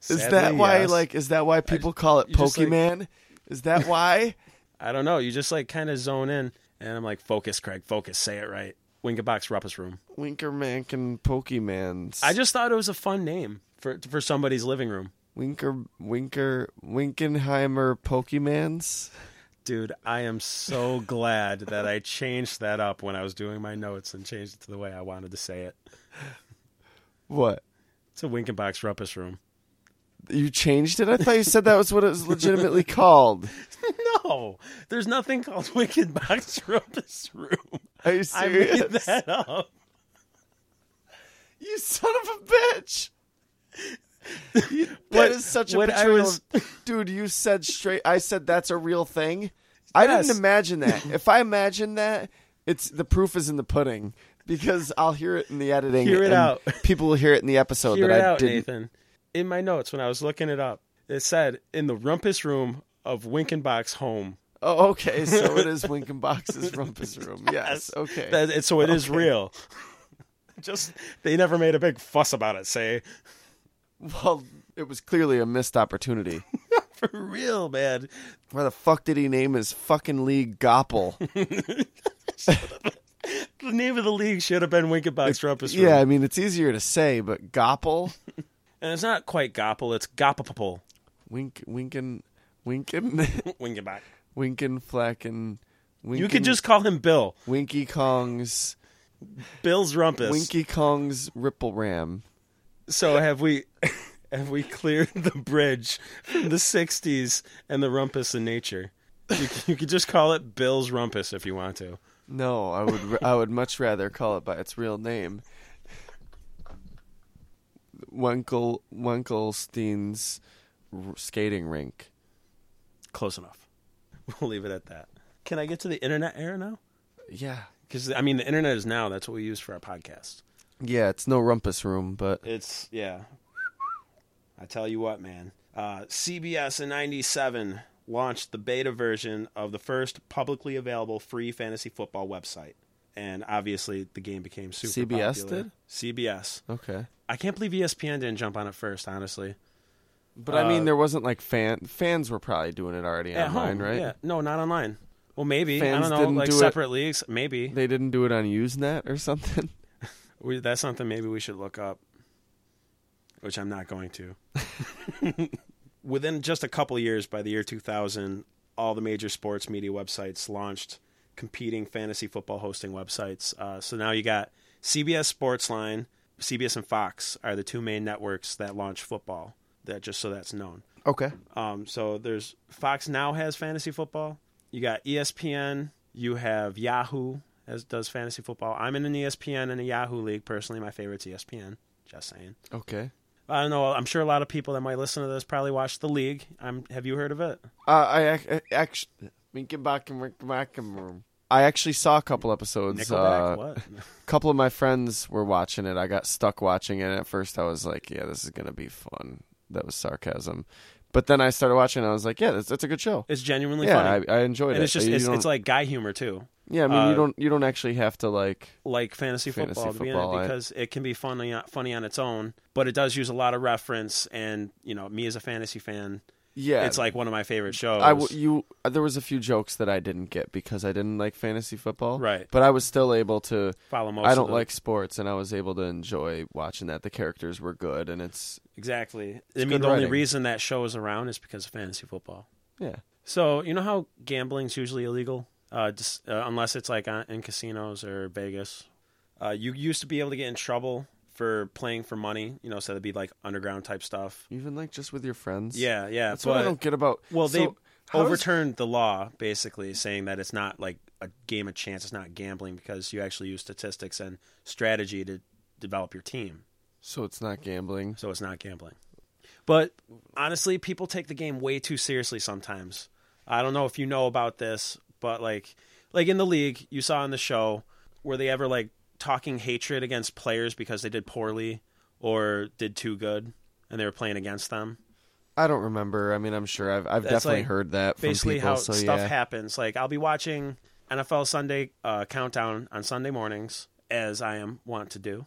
[SPEAKER 3] Is that
[SPEAKER 2] Sadly,
[SPEAKER 3] why?
[SPEAKER 2] yes.
[SPEAKER 3] Like, is that why people call it
[SPEAKER 2] you just, like-
[SPEAKER 3] Pokemon? is that why?
[SPEAKER 2] I don't know. You just like kind of zone in, and I'm like, focus, Craig, focus, say it right. Wink and Box Rumpus Room.
[SPEAKER 3] Winkermank and Pokemans.
[SPEAKER 2] I just thought it was a fun name for for somebody's living room,
[SPEAKER 3] Winker Winker Winkenheimer Pokemans.
[SPEAKER 2] dude. I am so glad that I changed that up when I was doing my notes and changed it to the way I wanted to say it.
[SPEAKER 3] What?
[SPEAKER 2] It's a Wink and Box Rumpus Room.
[SPEAKER 3] You changed it? I thought you said that was what it was legitimately called.
[SPEAKER 2] No, there's nothing called Wicked Box Rumpus Room.
[SPEAKER 3] Are you
[SPEAKER 2] I
[SPEAKER 3] serious?
[SPEAKER 2] made that up.
[SPEAKER 3] You son of a bitch! You-
[SPEAKER 2] What-
[SPEAKER 3] that is such a
[SPEAKER 2] what I
[SPEAKER 3] betrayal.
[SPEAKER 2] was-
[SPEAKER 3] of- Dude, you said straight. I said that's a real thing. I
[SPEAKER 2] Yes.
[SPEAKER 3] didn't imagine that. If I imagine that, it's the proof is in the pudding because I'll hear it in the editing.
[SPEAKER 2] Hear it
[SPEAKER 3] and
[SPEAKER 2] out.
[SPEAKER 3] People will hear it in the episode
[SPEAKER 2] Hear
[SPEAKER 3] that
[SPEAKER 2] it
[SPEAKER 3] I
[SPEAKER 2] out,
[SPEAKER 3] didn't.
[SPEAKER 2] Nathan. In my notes when I was looking it up, it said in the Rumpus Room of Winkenbach's home.
[SPEAKER 3] Oh, okay. So it is Lincoln Box's Rumpus Room. Yes. Okay.
[SPEAKER 2] That, it- so it is real. Just they never made a big fuss about it. Say
[SPEAKER 3] well, it was clearly a missed opportunity.
[SPEAKER 2] for real, man.
[SPEAKER 3] Why the fuck did he name his fucking league Gopple?
[SPEAKER 2] The name of the league should have been Winkenbach's Rumpus Room.
[SPEAKER 3] yeah, I mean, it's easier to say, but Gopple?
[SPEAKER 2] and it's not quite Gopple. It's Gopple
[SPEAKER 3] Wink, winkin, winkin,
[SPEAKER 2] Winkenbach.
[SPEAKER 3] winkin, flackin. Winkin,
[SPEAKER 2] You could just call him Bill.
[SPEAKER 3] Winky Kong's
[SPEAKER 2] Bill's Rumpus.
[SPEAKER 3] Winky Kong's Ripple Ram.
[SPEAKER 2] So have we have we cleared the bridge from the '60s and the rumpus in nature? You, c- you could just call it Bill's rumpus if you want to.
[SPEAKER 3] No, I would I would much rather call it by its real name. Wenkel Wenkelstein's r- skating rink.
[SPEAKER 2] Close enough. We'll leave it at that. Can I get to the internet era now?
[SPEAKER 3] Yeah,
[SPEAKER 2] Because I mean, the internet is now. That's what we use for our podcast.
[SPEAKER 3] yeah. It's no rumpus room, but
[SPEAKER 2] It's yeah. I tell you what, man. Uh, CBS in '97 launched the beta version of the first publicly available free fantasy football website, and obviously the game became super
[SPEAKER 3] CBS
[SPEAKER 2] popular.
[SPEAKER 3] did?
[SPEAKER 2] CBS.
[SPEAKER 3] okay.
[SPEAKER 2] I can't believe E ESPN didn't jump on it first. Honestly,
[SPEAKER 3] But I mean, there wasn't like fan fans were probably doing it already
[SPEAKER 2] at
[SPEAKER 3] online,
[SPEAKER 2] home,
[SPEAKER 3] right?
[SPEAKER 2] Yeah, no, not online. Well, maybe I
[SPEAKER 3] Fans
[SPEAKER 2] don't know,
[SPEAKER 3] didn't
[SPEAKER 2] like
[SPEAKER 3] do it.
[SPEAKER 2] separate leagues. Maybe
[SPEAKER 3] They didn't do it on Usenet or something.
[SPEAKER 2] we, that's something maybe we should look up, which I'm not going to. Within just a couple of years, by the year 2000, all the major sports media websites launched competing fantasy football hosting websites. Uh, so now you got CBS Sportsline, CBS and Fox are the two main networks that launch football. That just so that's known.
[SPEAKER 3] Okay.
[SPEAKER 2] Um, so there's Fox now has fantasy football. You got E ESPN. You have Yahoo as does fantasy football. I'm in an E ESPN and a Yahoo league personally. My favorite's E ESPN. Just saying.
[SPEAKER 3] Okay.
[SPEAKER 2] I don't know. I'm sure a lot of people that might listen to this probably watch the league. I'm, have you heard of it?
[SPEAKER 3] Uh, I actually I actually saw a couple episodes.
[SPEAKER 2] Nickelback.
[SPEAKER 3] uh,
[SPEAKER 2] what?
[SPEAKER 3] couple of my friends were watching it. I got stuck watching it. At first, I was like, "Yeah, this is gonna be fun." That was sarcasm. But then I started watching. and I was like, "Yeah, that's, that's a good show."
[SPEAKER 2] It's genuinely
[SPEAKER 3] yeah,
[SPEAKER 2] funny.
[SPEAKER 3] I, I enjoyed
[SPEAKER 2] and
[SPEAKER 3] it.
[SPEAKER 2] it's just
[SPEAKER 3] You
[SPEAKER 2] it's,
[SPEAKER 3] don't-
[SPEAKER 2] it's like guy humor too,
[SPEAKER 3] yeah. I mean,
[SPEAKER 2] uh,
[SPEAKER 3] you don't you don't actually have to like.
[SPEAKER 2] like fantasy football,
[SPEAKER 3] Fantasy
[SPEAKER 2] to be in
[SPEAKER 3] football,
[SPEAKER 2] it
[SPEAKER 3] I-
[SPEAKER 2] because it can be funny funny on its own, but it does use a lot of reference. And you know, me as a fantasy fan,
[SPEAKER 3] Yeah.
[SPEAKER 2] it's like one of my favorite shows.
[SPEAKER 3] I w- you uh, there was a few jokes that I didn't get because I didn't like fantasy football.
[SPEAKER 2] Right.
[SPEAKER 3] But I was still able to
[SPEAKER 2] Follow most
[SPEAKER 3] I
[SPEAKER 2] of
[SPEAKER 3] don't
[SPEAKER 2] them.
[SPEAKER 3] like sports and I was able to enjoy watching that. The characters were good and it's
[SPEAKER 2] exactly. I mean,
[SPEAKER 3] good
[SPEAKER 2] the only
[SPEAKER 3] writing.
[SPEAKER 2] reason that show is around is because of fantasy football.
[SPEAKER 3] yeah.
[SPEAKER 2] So you know how gambling's usually illegal, uh, just, uh, unless it's like on, in casinos or Vegas. Uh, you used to be able to get in trouble for playing for money, you know, so that'd be like underground type stuff.
[SPEAKER 3] Even like just with your friends.
[SPEAKER 2] Yeah, yeah.
[SPEAKER 3] That's
[SPEAKER 2] but,
[SPEAKER 3] what I don't get about
[SPEAKER 2] Well, they
[SPEAKER 3] so how does-
[SPEAKER 2] overturned the law basically, saying that it's not like a game of chance. It's not gambling because you actually use statistics and strategy to develop your team.
[SPEAKER 3] so it's not gambling.
[SPEAKER 2] So it's not gambling. But honestly, people take the game way too seriously sometimes. I don't know if you know about this, but like like in the league, you saw on the show were they ever like talking hatred against players because they did poorly or did too good and they were playing against them?
[SPEAKER 3] I don't remember. I mean, I'm sure I've I've
[SPEAKER 2] That's
[SPEAKER 3] definitely
[SPEAKER 2] like
[SPEAKER 3] heard that from
[SPEAKER 2] basically
[SPEAKER 3] people.
[SPEAKER 2] how
[SPEAKER 3] so
[SPEAKER 2] stuff
[SPEAKER 3] yeah.
[SPEAKER 2] happens. Like I'll be watching NFL Sunday uh, countdown on Sunday mornings, as I am wont to do.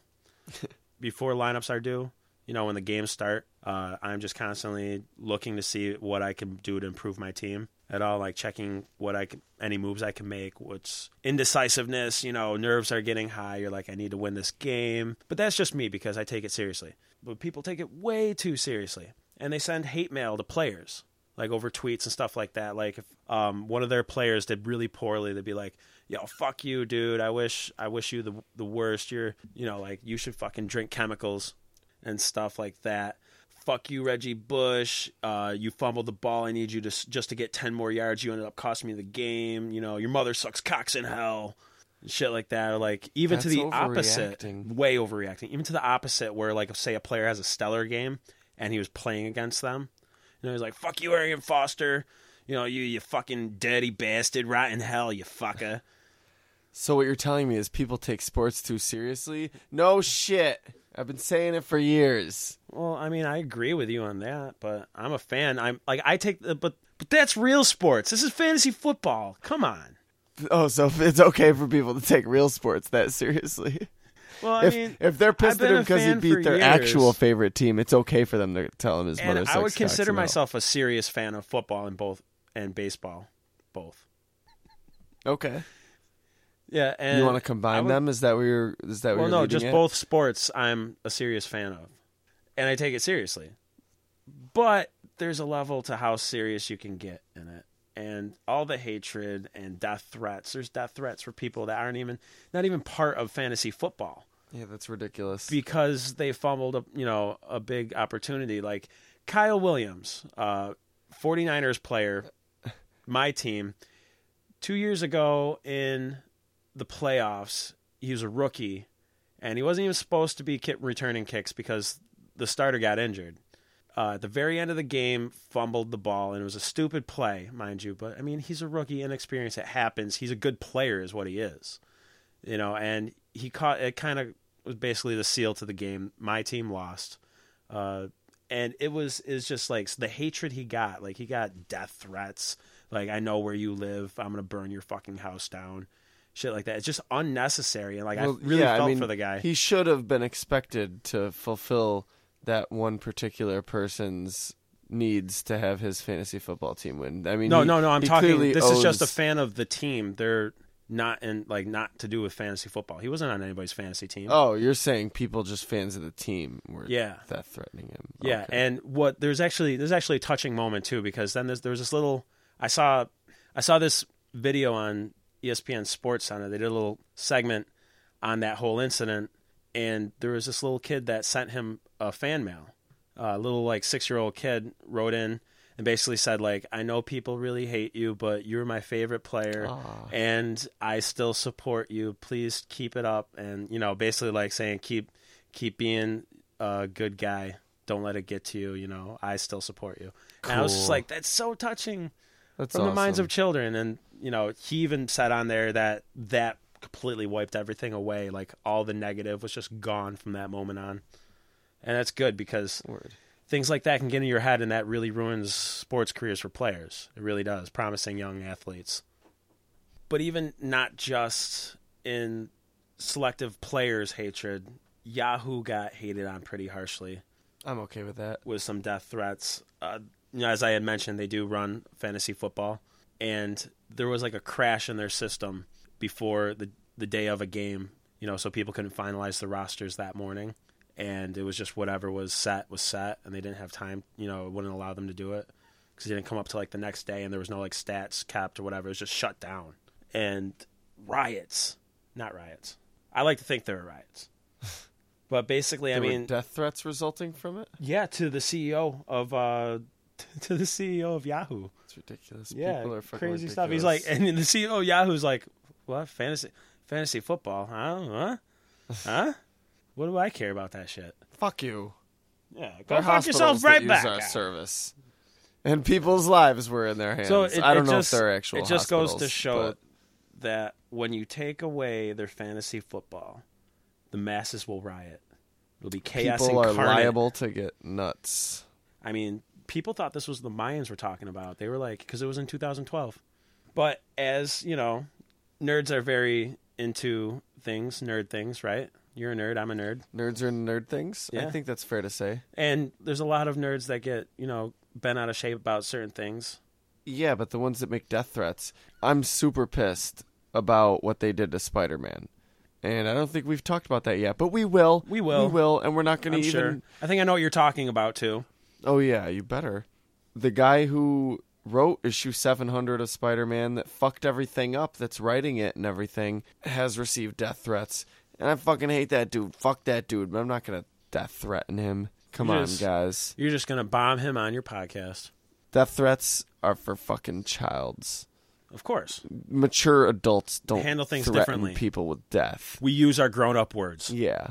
[SPEAKER 2] Before lineups are due, you know when the games start, uh, I'm just constantly looking to see what I can do to improve my team at all. Like checking what I can, any moves I can make, what's indecisiveness. You know, nerves are getting high. You're like, I need to win this game. But that's just me because I take it seriously. But people take it way too seriously, and they send hate mail to players like over tweets and stuff like that. Like if um, one of their players did really poorly, they'd be like, "Yo, fuck you, dude. I wish I wish you the the worst. You're you know like you should fucking drink chemicals and stuff like that. Fuck you, Reggie Bush. Uh, you fumbled the ball. I need you to s- just to get ten more yards. You ended up costing me the game. You know your mother sucks cocks in hell." and Shit like that, or like even to
[SPEAKER 3] That's
[SPEAKER 2] the opposite,
[SPEAKER 3] overreacting.
[SPEAKER 2] way overreacting. Even to the opposite, where like say a player has a stellar game and he was playing against them, and he's like, "Fuck you, Arian Foster. You know, you you fucking dirty bastard, right in hell, you fucker."
[SPEAKER 3] So what you're telling me is people take sports too seriously? No shit. I've been saying it for years.
[SPEAKER 2] Well, I mean, I agree with you on that, but I'm a fan. I'm like, I take the but but that's real sports. This is fantasy football. Come on.
[SPEAKER 3] Oh, so it's okay for people to take real sports that seriously.
[SPEAKER 2] Well, I
[SPEAKER 3] if,
[SPEAKER 2] mean,
[SPEAKER 3] if they're
[SPEAKER 2] I've
[SPEAKER 3] pissed at
[SPEAKER 2] been
[SPEAKER 3] him
[SPEAKER 2] a
[SPEAKER 3] because he
[SPEAKER 2] fan for
[SPEAKER 3] beat their
[SPEAKER 2] years.
[SPEAKER 3] actual favorite team, it's okay for them to tell him his mother
[SPEAKER 2] and
[SPEAKER 3] sucks.
[SPEAKER 2] I would
[SPEAKER 3] cocks
[SPEAKER 2] consider
[SPEAKER 3] and all.
[SPEAKER 2] myself a serious fan of football and both and baseball, both.
[SPEAKER 3] Okay.
[SPEAKER 2] Yeah, and
[SPEAKER 3] You want to
[SPEAKER 2] I
[SPEAKER 3] combine
[SPEAKER 2] would-
[SPEAKER 3] them? Is that where you're? Is that where
[SPEAKER 2] Well,
[SPEAKER 3] you're
[SPEAKER 2] no,
[SPEAKER 3] leading
[SPEAKER 2] just
[SPEAKER 3] at?
[SPEAKER 2] both sports I'm a serious fan of. And I take it seriously. But there's a level to how serious you can get in it. And all the hatred and death threats. There's death threats for people that aren't even not even part of fantasy football
[SPEAKER 3] Yeah, that's ridiculous.
[SPEAKER 2] because they fumbled a you know a big opportunity like Kyle Williams, uh 49ers player, my team, 2 years ago in the playoffs, he was a rookie and he wasn't even supposed to be ki returning kicks because the starter got injured. Uh, at the very end of the game, fumbled the ball, and it was a stupid play, mind you. But I mean, he's a rookie, inexperienced. It happens. He's a good player, is what he is you know, and he caught it kind of was basically the seal to the game. My team lost. Uh, and it was is just like the hatred he got. Like he got death threats. Like I know where you live. I'm gonna burn your fucking house down. Shit like that. It's just unnecessary. And like
[SPEAKER 3] Well,
[SPEAKER 2] I really
[SPEAKER 3] yeah,
[SPEAKER 2] felt
[SPEAKER 3] I mean,
[SPEAKER 2] for the guy.
[SPEAKER 3] He should have been expected to fulfill that one particular person's needs to have his fantasy football team win. I mean,
[SPEAKER 2] no,
[SPEAKER 3] he-
[SPEAKER 2] no, no. I'm
[SPEAKER 3] he
[SPEAKER 2] talking.
[SPEAKER 3] clearly
[SPEAKER 2] This is just a
[SPEAKER 3] owes-
[SPEAKER 2] fan of the team. They're not in like not to do with fantasy football. He wasn't on anybody's fantasy team.
[SPEAKER 3] Oh, you're saying people just fans of the team were
[SPEAKER 2] Yeah.
[SPEAKER 3] that threatening him?
[SPEAKER 2] Yeah,
[SPEAKER 3] Okay.
[SPEAKER 2] and what there's actually there's actually a touching moment too because then there's there was this little I saw I saw this video on E ESPN Sports Center. They did a little segment on that whole incident, and there was this little kid that sent him a fan mail. A little like six year old kid wrote in and basically said like I know people really hate you, but you're my favorite player,
[SPEAKER 3] Aw.
[SPEAKER 2] and I still support you. Please keep it up, and you know basically like saying keep keep being a good guy. Don't let it get to you. You know, I still support you. And I was just
[SPEAKER 3] Cool.
[SPEAKER 2] like, that's so touching
[SPEAKER 3] Oh, That's
[SPEAKER 2] from the minds
[SPEAKER 3] awesome.
[SPEAKER 2] of children. And you know, he even said on there that that completely wiped everything away. Like all the negative was just gone from that moment on. And that's good because
[SPEAKER 3] Word.
[SPEAKER 2] things like that can get in your head, and that really ruins sports careers for players. It really does, promising young athletes. But even not just in selective players' hatred, Yahoo got hated on pretty harshly
[SPEAKER 3] I'm okay with that.
[SPEAKER 2] with some death threats. Uh, you know, as I had mentioned, they do run fantasy football, and there was like a crash in their system before the the day of a game. You know, so people couldn't finalize the rosters that morning, and it was just whatever was set was set, and they didn't have time. You know, it wouldn't allow them to do it because it didn't come up till like the next day, and there was no like stats kept or whatever. It was just shut down and riots, not riots. I like to think there were riots, but basically, I
[SPEAKER 3] There were
[SPEAKER 2] mean,
[SPEAKER 3] death threats resulting from it.
[SPEAKER 2] yeah, to the CEO of uh, to the CEO of Yahoo.
[SPEAKER 3] It's ridiculous.
[SPEAKER 2] Yeah,
[SPEAKER 3] People are fucking
[SPEAKER 2] crazy stuff. He's like,
[SPEAKER 3] ridiculous.
[SPEAKER 2] and then the CEO of Yahoo's like, what fantasy fantasy football? Huh? Huh? huh? What do I care about that shit?
[SPEAKER 3] fuck you.
[SPEAKER 2] Yeah, go
[SPEAKER 3] They're
[SPEAKER 2] fuck
[SPEAKER 3] hospitals
[SPEAKER 2] yourself right
[SPEAKER 3] that
[SPEAKER 2] back.
[SPEAKER 3] use our service. And people's lives were in their hands.
[SPEAKER 2] So it,
[SPEAKER 3] I don't
[SPEAKER 2] it
[SPEAKER 3] know
[SPEAKER 2] just,
[SPEAKER 3] if they're actual.
[SPEAKER 2] It just goes to
[SPEAKER 3] hospitals,
[SPEAKER 2] show
[SPEAKER 3] but
[SPEAKER 2] that when you take away their fantasy football, the masses will riot. It'll be chaos
[SPEAKER 3] people are
[SPEAKER 2] incarnate.
[SPEAKER 3] liable to get nuts.
[SPEAKER 2] I mean, people thought this was the Mayans were talking about. They were like, because it was in 2012. But as you know, nerds are very into things, nerd things, right? You're a nerd. I'm a nerd.
[SPEAKER 3] Nerds are nerd things.
[SPEAKER 2] Yeah.
[SPEAKER 3] I think that's fair to say.
[SPEAKER 2] And there's a lot of nerds that get, you know, bent out of shape about certain things.
[SPEAKER 3] Yeah, but the ones that make death threats, I'm super pissed about what they did to Spider-Man. And I don't think we've talked about that yet, but we will.
[SPEAKER 2] We will.
[SPEAKER 3] We will, and we're not going
[SPEAKER 2] I'm
[SPEAKER 3] to even
[SPEAKER 2] sure. I think I know what you're talking about too.
[SPEAKER 3] Oh yeah, you better. The guy who wrote issue 700 of Spider-Man that fucked everything up, that's writing it and everything, has received death threats, and I fucking hate that dude. Fuck that dude. But I'm not gonna death threaten him. Come
[SPEAKER 2] You
[SPEAKER 3] on,
[SPEAKER 2] just-
[SPEAKER 3] guys.
[SPEAKER 2] You're just gonna bomb him on your podcast,
[SPEAKER 3] Death threats are for fucking childs.
[SPEAKER 2] of course.
[SPEAKER 3] Mature adults don't
[SPEAKER 2] Handle things
[SPEAKER 3] threaten
[SPEAKER 2] differently.
[SPEAKER 3] People with death.
[SPEAKER 2] We use our grown-up words.
[SPEAKER 3] Yeah.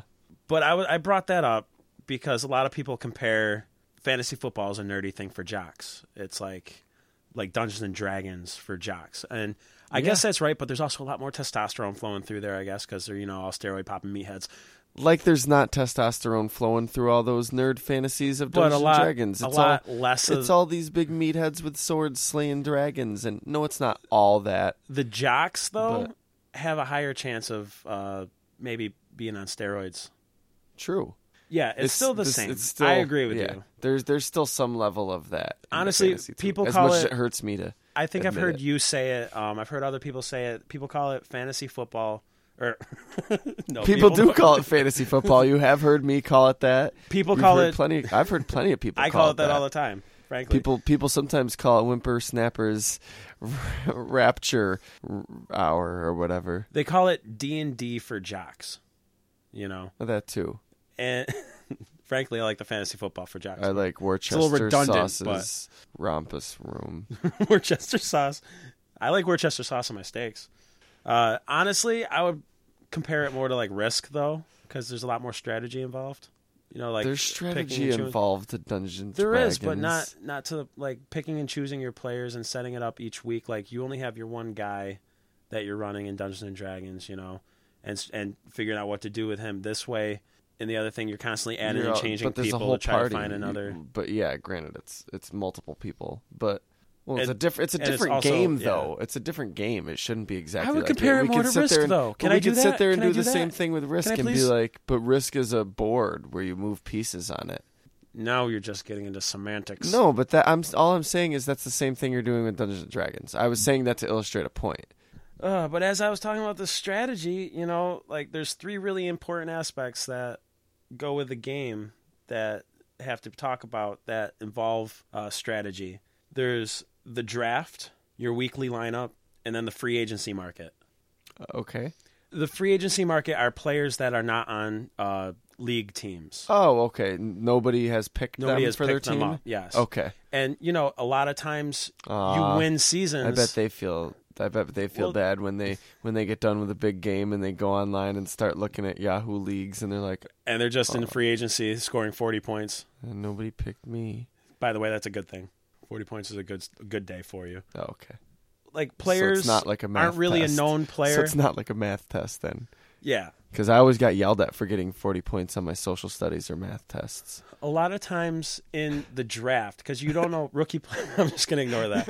[SPEAKER 2] But I, w- I brought that up because a lot of people compare fantasy football as a nerdy thing for jocks. It's like like Dungeons and Dragons for jocks, and I guess that's right. But there's also a lot more testosterone flowing through there, I guess, because they're you know all steroid popping meatheads.
[SPEAKER 3] Like there's not testosterone flowing through all those nerd fantasies of
[SPEAKER 2] But
[SPEAKER 3] Dungeons
[SPEAKER 2] a lot,
[SPEAKER 3] and Dragons.
[SPEAKER 2] a
[SPEAKER 3] It's all
[SPEAKER 2] lot less of
[SPEAKER 3] It's all these big meatheads with swords slaying dragons, and no, it's not all that.
[SPEAKER 2] the jocks though have a higher chance of uh, maybe being on steroids.
[SPEAKER 3] True,
[SPEAKER 2] Yeah, it's, still the
[SPEAKER 3] this-
[SPEAKER 2] same.
[SPEAKER 3] it's still-
[SPEAKER 2] I agree with
[SPEAKER 3] yeah.
[SPEAKER 2] you.
[SPEAKER 3] There's there's still some level of that. in the
[SPEAKER 2] Honestly,
[SPEAKER 3] fantasy too.
[SPEAKER 2] people
[SPEAKER 3] as
[SPEAKER 2] call
[SPEAKER 3] much as
[SPEAKER 2] it-
[SPEAKER 3] it hurts me to.
[SPEAKER 2] I think I've
[SPEAKER 3] admit
[SPEAKER 2] heard
[SPEAKER 3] it.
[SPEAKER 2] you say it. Um, I've heard other people say it. People call it fantasy football, or no,
[SPEAKER 3] People do call it fantasy football. You have heard me call it that.
[SPEAKER 2] People
[SPEAKER 3] We've
[SPEAKER 2] call
[SPEAKER 3] heard
[SPEAKER 2] it-
[SPEAKER 3] plenty. I've heard plenty of people.
[SPEAKER 2] I call it that, all the time. Frankly,
[SPEAKER 3] People people sometimes call it whimper snappers, rapture r- hour or whatever.
[SPEAKER 2] they call it D and D for jocks. You know,
[SPEAKER 3] That too.
[SPEAKER 2] and frankly, I like the fantasy football for jocks.
[SPEAKER 3] I like Worcester
[SPEAKER 2] little redundant, but-
[SPEAKER 3] sauces, rompus room.
[SPEAKER 2] Worcester sauce. I like Worcester sauce on my steaks. Uh, honestly, I would compare it more to like Risk though, because there's a lot more strategy involved. You know, like
[SPEAKER 3] There's
[SPEAKER 2] picking and
[SPEAKER 3] strategy
[SPEAKER 2] choosing-
[SPEAKER 3] involved to Dungeons.
[SPEAKER 2] There
[SPEAKER 3] Dragons.
[SPEAKER 2] is, but not not to the, like picking and choosing your players and setting it up each week. Like you only have your one guy that you're running in Dungeons and Dragons, you know, and s- and figuring out what to do with him this way. And the other thing, you're constantly adding
[SPEAKER 3] You're
[SPEAKER 2] and
[SPEAKER 3] all-
[SPEAKER 2] changing
[SPEAKER 3] but there's
[SPEAKER 2] people
[SPEAKER 3] a whole
[SPEAKER 2] to try
[SPEAKER 3] party.
[SPEAKER 2] to find
[SPEAKER 3] You-
[SPEAKER 2] another.
[SPEAKER 3] But yeah, granted, it's it's multiple people, but. Well, it's
[SPEAKER 2] And-
[SPEAKER 3] a different. It's a
[SPEAKER 2] and it's
[SPEAKER 3] different
[SPEAKER 2] also-
[SPEAKER 3] game,
[SPEAKER 2] yeah.
[SPEAKER 3] though. It's a different game. It shouldn't be exactly.
[SPEAKER 2] would
[SPEAKER 3] like
[SPEAKER 2] compare it
[SPEAKER 3] We
[SPEAKER 2] more
[SPEAKER 3] could
[SPEAKER 2] to
[SPEAKER 3] sit
[SPEAKER 2] Risk,
[SPEAKER 3] there and-
[SPEAKER 2] though.
[SPEAKER 3] but
[SPEAKER 2] Can
[SPEAKER 3] we
[SPEAKER 2] I do
[SPEAKER 3] could
[SPEAKER 2] that?
[SPEAKER 3] sit there and
[SPEAKER 2] Can I
[SPEAKER 3] do the
[SPEAKER 2] do
[SPEAKER 3] same
[SPEAKER 2] that?
[SPEAKER 3] thing with Risk
[SPEAKER 2] I
[SPEAKER 3] and be
[SPEAKER 2] please?
[SPEAKER 3] like, but Risk is a board where you move pieces on it.
[SPEAKER 2] Now you're just getting into semantics.
[SPEAKER 3] No, but that I'm all I'm saying is that's the same thing you're doing with Dungeons and Dragons. I was saying that to illustrate a point.
[SPEAKER 2] Uh, but as I was talking about the strategy, you know, like there's three really important aspects that go with the game that have to talk about that involve uh, strategy. There's the draft, your weekly lineup, and then the free agency market. Uh,
[SPEAKER 3] Okay.
[SPEAKER 2] The free agency market are players that are not on uh, league teams.
[SPEAKER 3] Oh, okay. Nobody has picked
[SPEAKER 2] Nobody
[SPEAKER 3] them
[SPEAKER 2] has
[SPEAKER 3] for
[SPEAKER 2] picked
[SPEAKER 3] their
[SPEAKER 2] them
[SPEAKER 3] team.
[SPEAKER 2] up. Yes.
[SPEAKER 3] Okay.
[SPEAKER 2] And you know, a lot of times
[SPEAKER 3] Aw.
[SPEAKER 2] you win seasons.
[SPEAKER 3] I bet they feel. I bet they feel
[SPEAKER 2] Well-
[SPEAKER 3] bad when they when they get done with a big game and they go online and start looking at Yahoo leagues and they're like, "Uh,
[SPEAKER 2] and they're just in free agency, scoring 40 points.
[SPEAKER 3] nobody picked me.
[SPEAKER 2] By the way, that's a good thing. 40 points is a good a good day for you.
[SPEAKER 3] Oh, okay.
[SPEAKER 2] like
[SPEAKER 3] so
[SPEAKER 2] players
[SPEAKER 3] it's not like a math
[SPEAKER 2] aren't really
[SPEAKER 3] test.
[SPEAKER 2] a known
[SPEAKER 3] So
[SPEAKER 2] player.
[SPEAKER 3] it's not like a math test then,
[SPEAKER 2] yeah,
[SPEAKER 3] because I always got yelled at for getting forty points on my social studies or math tests.
[SPEAKER 2] a lot of times in the draft because you don't know rookie. Play- I'm just gonna ignore that.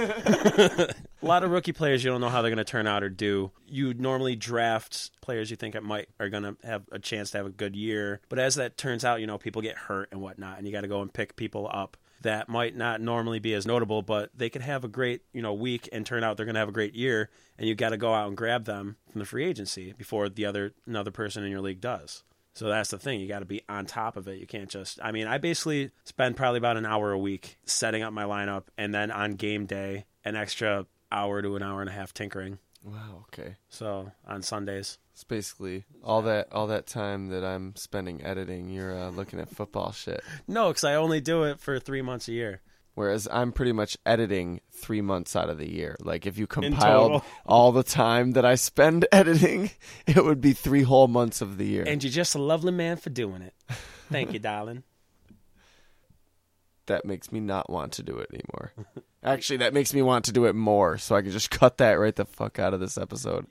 [SPEAKER 2] a lot of rookie players you don't know how they're gonna turn out or do. You normally draft players you think it might are gonna have a chance to have a good year, but as that turns out, you know people get hurt and whatnot, and you got to go and pick people up that might not normally be as notable, but they could have a great, you know, week and turn out they're going to have a great year, and you got to go out and grab them from the free agency before the other another person in your league does. So that's the thing. You got to be on top of it. You can't just. I mean, I basically spend probably about an hour a week setting up my lineup, and then on game day, an extra hour to an hour and a half tinkering.
[SPEAKER 3] Wow. Okay.
[SPEAKER 2] So on Sundays,
[SPEAKER 3] It's basically all that all that time that I'm spending editing. You're uh, looking at football shit,
[SPEAKER 2] no, because I only do it for three months a year.
[SPEAKER 3] whereas I'm pretty much editing three months out of the year. Like if you
[SPEAKER 2] total.
[SPEAKER 3] compiled all the time that I spend editing, it would be three whole months of the year.
[SPEAKER 2] And you're just a lovely man for doing it. Thank you, darling.
[SPEAKER 3] that makes me not want to do it anymore. Actually, that makes me want to do it more, so I can just cut that right the fuck out of this episode.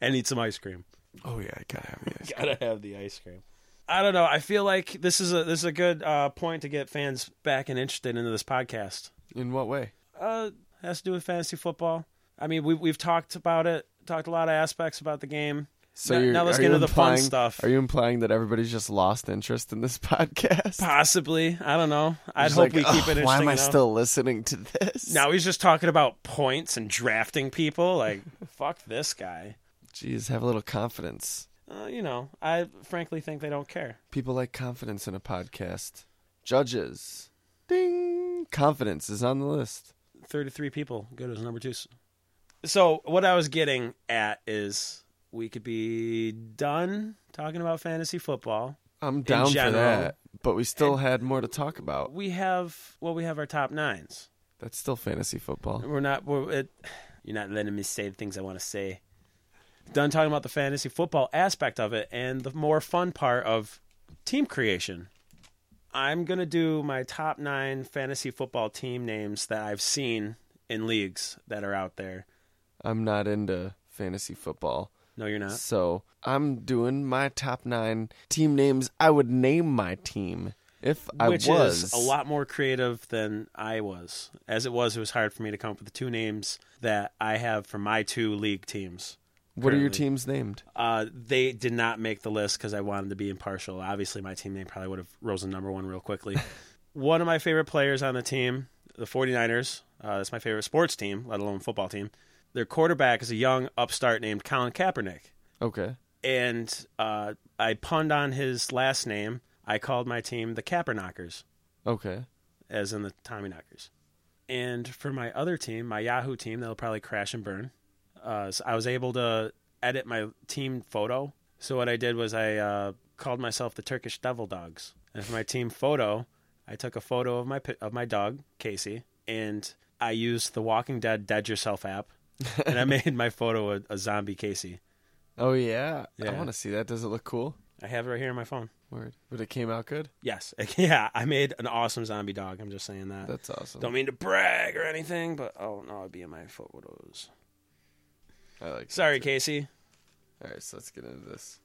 [SPEAKER 2] And eat some ice cream.
[SPEAKER 3] Oh yeah, I gotta have this.
[SPEAKER 2] Gotta have the ice cream. I don't know. I feel like this is a this is a good uh, point to get fans back and interested into this podcast.
[SPEAKER 3] In what way?
[SPEAKER 2] Uh, has to do with fantasy football. I mean, we've we've talked about it, talked a lot of aspects about the game.
[SPEAKER 3] So
[SPEAKER 2] now,
[SPEAKER 3] you're,
[SPEAKER 2] now let's
[SPEAKER 3] are
[SPEAKER 2] get
[SPEAKER 3] you
[SPEAKER 2] into the fun
[SPEAKER 3] implying-
[SPEAKER 2] stuff.
[SPEAKER 3] Are you implying that everybody's just lost interest in this podcast?
[SPEAKER 2] Possibly, I don't know. I'd
[SPEAKER 3] Just
[SPEAKER 2] hope
[SPEAKER 3] like,
[SPEAKER 2] we keep
[SPEAKER 3] "Ugh,
[SPEAKER 2] it interesting.
[SPEAKER 3] Why am I
[SPEAKER 2] enough.
[SPEAKER 3] still listening to this?
[SPEAKER 2] Now he's just talking about points and drafting people. Like, fuck this guy.
[SPEAKER 3] Jeez, have a little confidence.
[SPEAKER 2] Uh, you know, I frankly think they don't care.
[SPEAKER 3] People like confidence in a podcast. Judges. Ding. Confidence is on the list.
[SPEAKER 2] 33 people go to his number two. So, what I was getting at is we could be done talking about fantasy football.
[SPEAKER 3] I'm down for
[SPEAKER 2] general.
[SPEAKER 3] that, but we still had more to talk about.
[SPEAKER 2] We have, well, we have our top nines.
[SPEAKER 3] That's still fantasy football.
[SPEAKER 2] We're not, we're, it, you're not letting me say the things I want to say. Done talking about the fantasy football aspect of it and the more fun part of team creation. I'm going to do my top nine fantasy football team names that I've seen in leagues that are out there.
[SPEAKER 3] I'm not into fantasy football.
[SPEAKER 2] No, you're not.
[SPEAKER 3] So I'm doing my top nine team names. I would name my team if I
[SPEAKER 2] which
[SPEAKER 3] was
[SPEAKER 2] is a lot more creative than I was. As it was, it was hard for me to come up with the two names that I have for my two league teams.
[SPEAKER 3] What are your
[SPEAKER 2] currently.
[SPEAKER 3] teams named?
[SPEAKER 2] Uh, they did not make the list because I wanted to be impartial. Obviously, my team name probably would have risen number one real quickly. one of my favorite players on the team, the 49ers, uh, that's my favorite sports team, let alone football team. Their quarterback is a young upstart named Colin Kaepernick
[SPEAKER 3] Okay.
[SPEAKER 2] and uh, I punned on his last name. I called my team the Capper Knockers,
[SPEAKER 3] Okay.
[SPEAKER 2] as in the Tommy Knockers. And for my other team, my Yahoo team, that'll probably crash and burn. Uh, so I was able to edit my team photo. So what I did was I uh, called myself the Turkish Devil Dogs. And for my team photo, I took a photo of my pi- of my dog Casey, and I used the Walking Dead Dead Yourself app, and I made my photo a, a zombie Casey.
[SPEAKER 3] Oh yeah. I
[SPEAKER 2] Yeah.
[SPEAKER 3] want to see that. Does it look cool?
[SPEAKER 2] I have it right here on my phone.
[SPEAKER 3] Word. But it came out good.
[SPEAKER 2] Yes. Yeah, I made an awesome zombie dog. I'm just saying that.
[SPEAKER 3] That's awesome.
[SPEAKER 2] Don't mean to brag or anything, but oh no, I'd be in my photos.
[SPEAKER 3] I like.
[SPEAKER 2] Sorry, Casey.
[SPEAKER 3] All right, so let's get into this.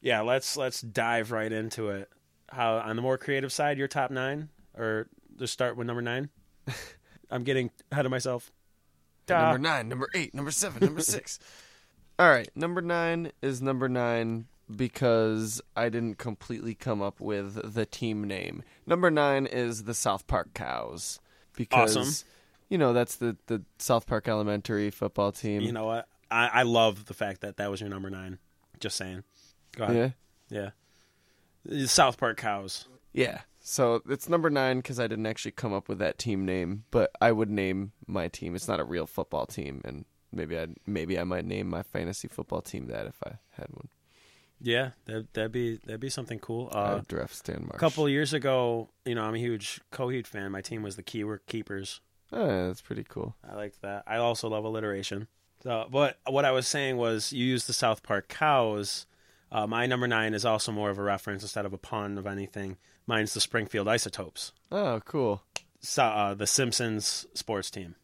[SPEAKER 2] Yeah, let's let's dive right into it. How on the more creative side, your top nine, or just start with number nine. I'm getting ahead of myself. Duh.
[SPEAKER 3] Number nine, number eight, number seven, number six. All right, number nine is number nine because I didn't completely come up with the team name. Number nine is the South Park Cows because
[SPEAKER 2] Awesome.
[SPEAKER 3] you know that's the the South Park Elementary football team.
[SPEAKER 2] You know what? I, I love the fact that that was your number nine. Just saying. Go ahead.
[SPEAKER 3] yeah.
[SPEAKER 2] Yeah. The South Park cows.
[SPEAKER 3] Yeah. So it's number nine because I didn't actually come up with that team name, but I would name my team. It's not a real football team, and maybe I maybe I might name my fantasy football team that if I had one.
[SPEAKER 2] Yeah, that that'd be that'd be something cool.
[SPEAKER 3] I
[SPEAKER 2] Uh,
[SPEAKER 3] would draft Stan Marsh.
[SPEAKER 2] A couple of years ago, you know, I'm a huge Coheed fan. My team was the Keyword Keepers.
[SPEAKER 3] Oh, yeah, that's pretty cool.
[SPEAKER 2] I liked that. I also love alliteration. So, but what I was saying was, you use the South Park cows. Uh, my number nine is also more of a reference instead of a pun of anything. Mine's the Springfield Isotopes,
[SPEAKER 3] Oh, cool.
[SPEAKER 2] so, uh, the Simpsons sports team.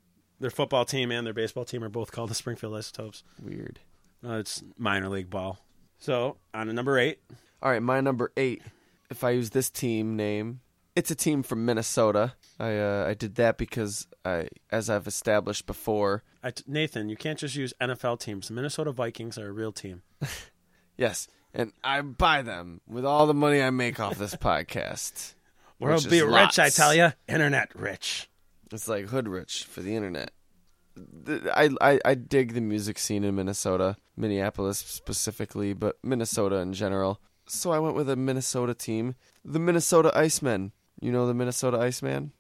[SPEAKER 2] Their football team and their baseball team are both called the Springfield Isotopes.
[SPEAKER 3] Weird.
[SPEAKER 2] Uh, it's minor league ball. So on to number eight,
[SPEAKER 3] All right, my number eight. If I use this team name, it's a team from Minnesota. I uh, I did that because I, as I've established before,
[SPEAKER 2] I t- Nathan, you can't just use NFL teams. The Minnesota Vikings are a real team.
[SPEAKER 3] yes, and I buy them with all the money I make off this podcast.
[SPEAKER 2] World
[SPEAKER 3] Which
[SPEAKER 2] be
[SPEAKER 3] is
[SPEAKER 2] rich, I
[SPEAKER 3] lots.
[SPEAKER 2] tell you. Internet rich.
[SPEAKER 3] It's like hood rich for the internet. Th- I, I I dig the music scene in Minnesota, Minneapolis specifically, but Minnesota in general. So I went with a Minnesota team, the Minnesota Icemen. You know the Minnesota Iceman?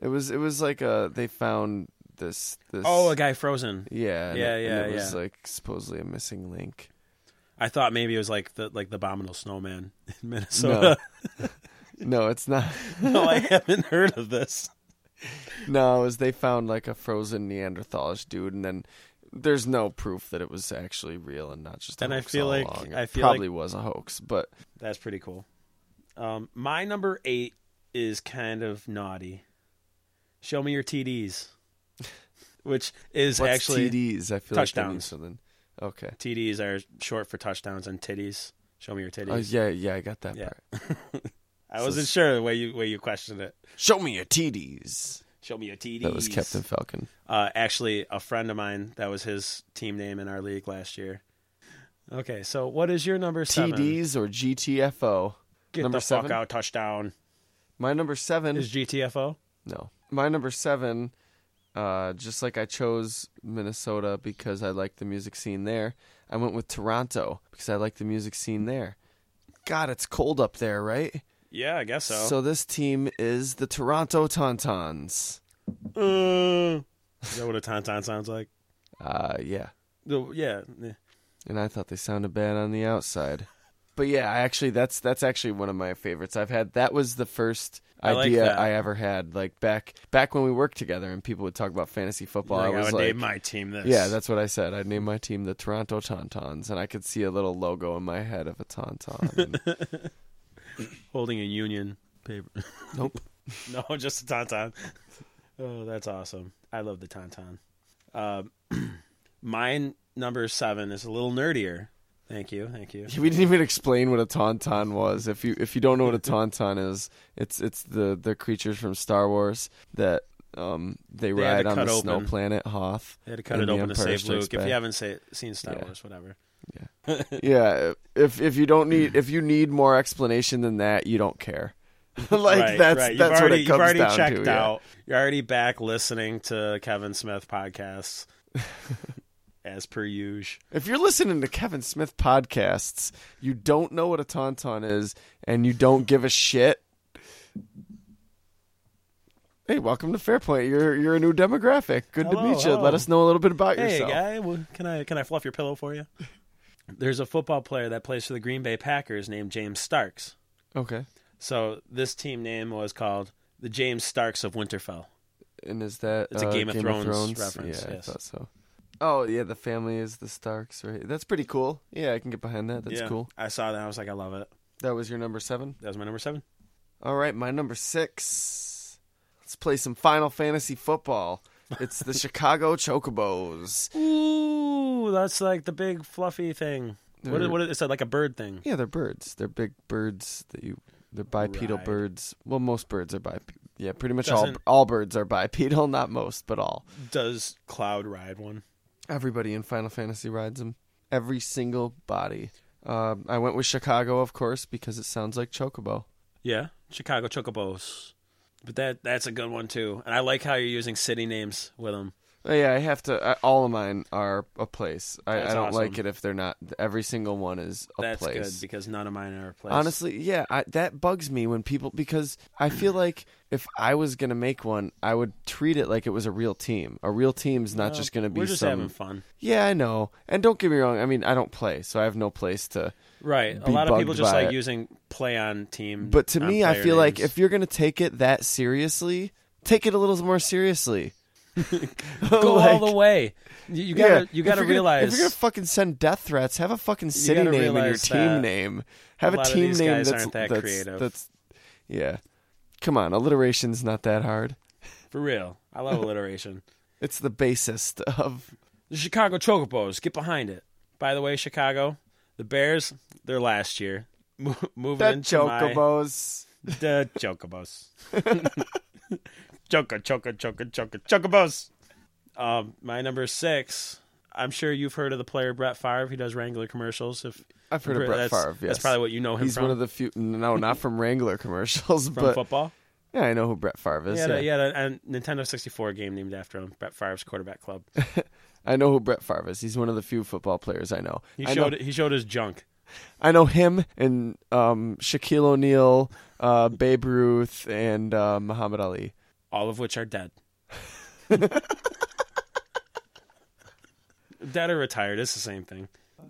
[SPEAKER 3] It was it was like uh they found this this
[SPEAKER 2] Oh, a guy frozen.
[SPEAKER 3] yeah and
[SPEAKER 2] Yeah,
[SPEAKER 3] it- and
[SPEAKER 2] yeah,
[SPEAKER 3] it was
[SPEAKER 2] yeah.
[SPEAKER 3] like supposedly a missing link.
[SPEAKER 2] I thought maybe it was like the like the abominable snowman in Minnesota.
[SPEAKER 3] No, it's not.
[SPEAKER 2] No. I haven't heard of this.
[SPEAKER 3] No, it was they found like a frozen Neanderthalish dude, and then there's no proof that it was actually real and not just. A
[SPEAKER 2] And I
[SPEAKER 3] hoax
[SPEAKER 2] feel
[SPEAKER 3] all
[SPEAKER 2] like-
[SPEAKER 3] along. It
[SPEAKER 2] I feel
[SPEAKER 3] probably was a hoax, but
[SPEAKER 2] That's pretty cool. Um, my number eight is kind of naughty. Show me your TDs, which is
[SPEAKER 3] what's
[SPEAKER 2] actually
[SPEAKER 3] TDs? I feel like that
[SPEAKER 2] touchdowns.
[SPEAKER 3] means something. Okay.
[SPEAKER 2] TDs are short for touchdowns and titties. Show me your titties.
[SPEAKER 3] Oh yeah, yeah, I got that
[SPEAKER 2] Yeah.
[SPEAKER 3] part.
[SPEAKER 2] I wasn't sure the way you way you questioned it.
[SPEAKER 3] Show me your TDs.
[SPEAKER 2] Show me your TDs.
[SPEAKER 3] That was Captain Falcon.
[SPEAKER 2] Uh, actually, a friend of mine that was his team name in our league last year. Okay, so what is your number seven?
[SPEAKER 3] TDs or GTFO?
[SPEAKER 2] Get
[SPEAKER 3] number
[SPEAKER 2] the
[SPEAKER 3] seven.
[SPEAKER 2] fuck out touchdown.
[SPEAKER 3] My number seven
[SPEAKER 2] Is GTFO?
[SPEAKER 3] No. My number seven, uh, just like I chose Minnesota because I like the music scene there, I went with Toronto because I like the music scene there. God, it's cold up there, right?
[SPEAKER 2] Yeah, I guess so.
[SPEAKER 3] So this team is the Toronto Tauntauns.
[SPEAKER 2] Uh, is that what a tauntaun sounds like?
[SPEAKER 3] Uh, yeah.
[SPEAKER 2] The, yeah. yeah.
[SPEAKER 3] And I thought they sounded bad on the outside. But yeah, I actually that's that's actually one of my favorites. I've had that was the first
[SPEAKER 2] I like
[SPEAKER 3] idea
[SPEAKER 2] that.
[SPEAKER 3] I ever had. Like back back when we worked together and people would talk about fantasy football.
[SPEAKER 2] Like,
[SPEAKER 3] I was
[SPEAKER 2] would
[SPEAKER 3] like
[SPEAKER 2] name my team this.
[SPEAKER 3] Yeah, that's what I said. I'd name my team the Toronto Tauntauns, and I could see a little logo in my head of a tauntaun. and-
[SPEAKER 2] holding a union paper.
[SPEAKER 3] nope.
[SPEAKER 2] no, just a tauntaun. Oh, that's awesome. I love the tauntaun. Um, mine number seven is a little nerdier. Thank you, thank you.
[SPEAKER 3] We didn't even explain what a tauntaun was. If you if you don't know what a tauntaun is, it's it's the the creatures from Star Wars that um they,
[SPEAKER 2] They had
[SPEAKER 3] ride
[SPEAKER 2] to
[SPEAKER 3] on the
[SPEAKER 2] cut open.
[SPEAKER 3] snow planet Hoth.
[SPEAKER 2] They had to cut
[SPEAKER 3] in
[SPEAKER 2] it
[SPEAKER 3] The
[SPEAKER 2] open to
[SPEAKER 3] Empire
[SPEAKER 2] save
[SPEAKER 3] Strikes
[SPEAKER 2] Luke. If
[SPEAKER 3] Back.
[SPEAKER 2] you haven't say, seen Star
[SPEAKER 3] Yeah.
[SPEAKER 2] Wars, whatever.
[SPEAKER 3] yeah, if if you don't
[SPEAKER 2] Hmm.
[SPEAKER 3] need if you need more explanation than that, you don't care. like
[SPEAKER 2] right,
[SPEAKER 3] that's
[SPEAKER 2] right. You've
[SPEAKER 3] that's
[SPEAKER 2] already,
[SPEAKER 3] what it comes
[SPEAKER 2] You've already
[SPEAKER 3] down
[SPEAKER 2] checked
[SPEAKER 3] to. yeah.
[SPEAKER 2] out. You're already back listening to Kevin Smith podcasts, as per usual.
[SPEAKER 3] If you're listening to Kevin Smith podcasts, you don't know what a tauntaun is, and you don't give a shit. Hey, welcome to Fairpoint. You're you're a new demographic. Good to
[SPEAKER 2] Hello,
[SPEAKER 3] meet you.
[SPEAKER 2] hello.
[SPEAKER 3] Let us know a little bit about
[SPEAKER 2] Hey
[SPEAKER 3] yourself.
[SPEAKER 2] guy, w- can I can I fluff your pillow for you? There's a football player that plays for the Green Bay Packers named James Starks.
[SPEAKER 3] Okay.
[SPEAKER 2] So this team name was called the James Starks of Winterfell.
[SPEAKER 3] And is that
[SPEAKER 2] It's a
[SPEAKER 3] uh,
[SPEAKER 2] Game of Thrones
[SPEAKER 3] Thrones?
[SPEAKER 2] reference,
[SPEAKER 3] Yeah,
[SPEAKER 2] yes.
[SPEAKER 3] I thought so. Oh yeah, the family is the Starks, right? That's pretty cool. Yeah, I can get behind that. That's
[SPEAKER 2] Yeah,
[SPEAKER 3] cool.
[SPEAKER 2] I saw that. I was like, I love it.
[SPEAKER 3] That was your number seven.
[SPEAKER 2] That was my number seven.
[SPEAKER 3] All right, my number six. Let's play some Final Fantasy football. It's the Chicago Chocobos.
[SPEAKER 2] Ooh, that's like the big fluffy thing. What is,
[SPEAKER 3] They're-
[SPEAKER 2] what is, it's like a bird thing.
[SPEAKER 3] Yeah, they're birds. They're big birds that you. They're bipedal
[SPEAKER 2] Right.
[SPEAKER 3] birds. Well, most birds are bipedal. Yeah, pretty much
[SPEAKER 2] Doesn't-
[SPEAKER 3] all all birds are bipedal. Not most, but all.
[SPEAKER 2] Does Cloud ride one?
[SPEAKER 3] Everybody in Final Fantasy rides them. Every single body. Um, I went with Chicago, of course, because it sounds like Chocobo.
[SPEAKER 2] Yeah, Chicago Chocobos. But that that's a good one too. And I like how you're using city names with them.
[SPEAKER 3] Oh, yeah, I have to. I, all of mine are a place. I,
[SPEAKER 2] That's
[SPEAKER 3] I don't like
[SPEAKER 2] awesome.
[SPEAKER 3] it if they're not. Every single one is a
[SPEAKER 2] That's
[SPEAKER 3] place.
[SPEAKER 2] good because none of mine are a place.
[SPEAKER 3] Honestly, yeah, I, that bugs me when people because I feel like if I was gonna make one, I would treat it like it was a real team. A real team's not
[SPEAKER 2] Uh,
[SPEAKER 3] just gonna be
[SPEAKER 2] We're just
[SPEAKER 3] some.
[SPEAKER 2] having fun.
[SPEAKER 3] Yeah, I know. And don't get me wrong. I mean, I don't play, so I have no place to.
[SPEAKER 2] Right. A
[SPEAKER 3] be
[SPEAKER 2] lot of people
[SPEAKER 3] bugged
[SPEAKER 2] just
[SPEAKER 3] by
[SPEAKER 2] like
[SPEAKER 3] it.
[SPEAKER 2] using play on team.
[SPEAKER 3] But to
[SPEAKER 2] on
[SPEAKER 3] me, I
[SPEAKER 2] player
[SPEAKER 3] feel like
[SPEAKER 2] names.
[SPEAKER 3] if you're gonna take it that seriously, take it a little more seriously.
[SPEAKER 2] go
[SPEAKER 3] like-
[SPEAKER 2] all the way, you, you gotta
[SPEAKER 3] yeah,
[SPEAKER 2] you
[SPEAKER 3] if
[SPEAKER 2] gotta
[SPEAKER 3] you're gonna- if
[SPEAKER 2] realize
[SPEAKER 3] you're gonna fucking send death threats, have a fucking city
[SPEAKER 2] gotta
[SPEAKER 3] name in your
[SPEAKER 2] realize
[SPEAKER 3] team
[SPEAKER 2] that
[SPEAKER 3] name. Have a,
[SPEAKER 2] lot of
[SPEAKER 3] team
[SPEAKER 2] these
[SPEAKER 3] name
[SPEAKER 2] guys
[SPEAKER 3] that's
[SPEAKER 2] aren't that
[SPEAKER 3] that's,
[SPEAKER 2] creative.
[SPEAKER 3] that's yeah. Come on, alliteration's not that hard.
[SPEAKER 2] for real. I love alliteration.
[SPEAKER 3] It's the basest of
[SPEAKER 2] the Chicago Chocobos, get behind it. By the way, Chicago, the Bears, they're last year. Mo- moving
[SPEAKER 3] the
[SPEAKER 2] into my-
[SPEAKER 3] chocobos.
[SPEAKER 2] the Chocobos. Choco, choco, choco, choco, chocobos. Um, my number six, I'm sure you've heard of the player Brett Favre. He does Wrangler commercials. If
[SPEAKER 3] I've heard of Brett
[SPEAKER 2] that's,
[SPEAKER 3] Favre, yes.
[SPEAKER 2] that's probably what you know him
[SPEAKER 3] He's
[SPEAKER 2] from.
[SPEAKER 3] one of the few. No, not from Wrangler commercials,
[SPEAKER 2] from
[SPEAKER 3] but
[SPEAKER 2] football.
[SPEAKER 3] yeah, I know who Brett Favre is.
[SPEAKER 2] Yeah,
[SPEAKER 3] yeah.
[SPEAKER 2] yeah, yeah. A, a Nintendo 64 game named after him. Brett Favre's quarterback club.
[SPEAKER 3] I know who Brett Favre is. He's one of the few football players I know.
[SPEAKER 2] He
[SPEAKER 3] I
[SPEAKER 2] showed
[SPEAKER 3] know,
[SPEAKER 2] he showed his junk.
[SPEAKER 3] I know him and um, Shaquille O'Neal, uh, Babe Ruth, and uh, Muhammad Ali.
[SPEAKER 2] all of which are dead. dead or retired, it's the same thing.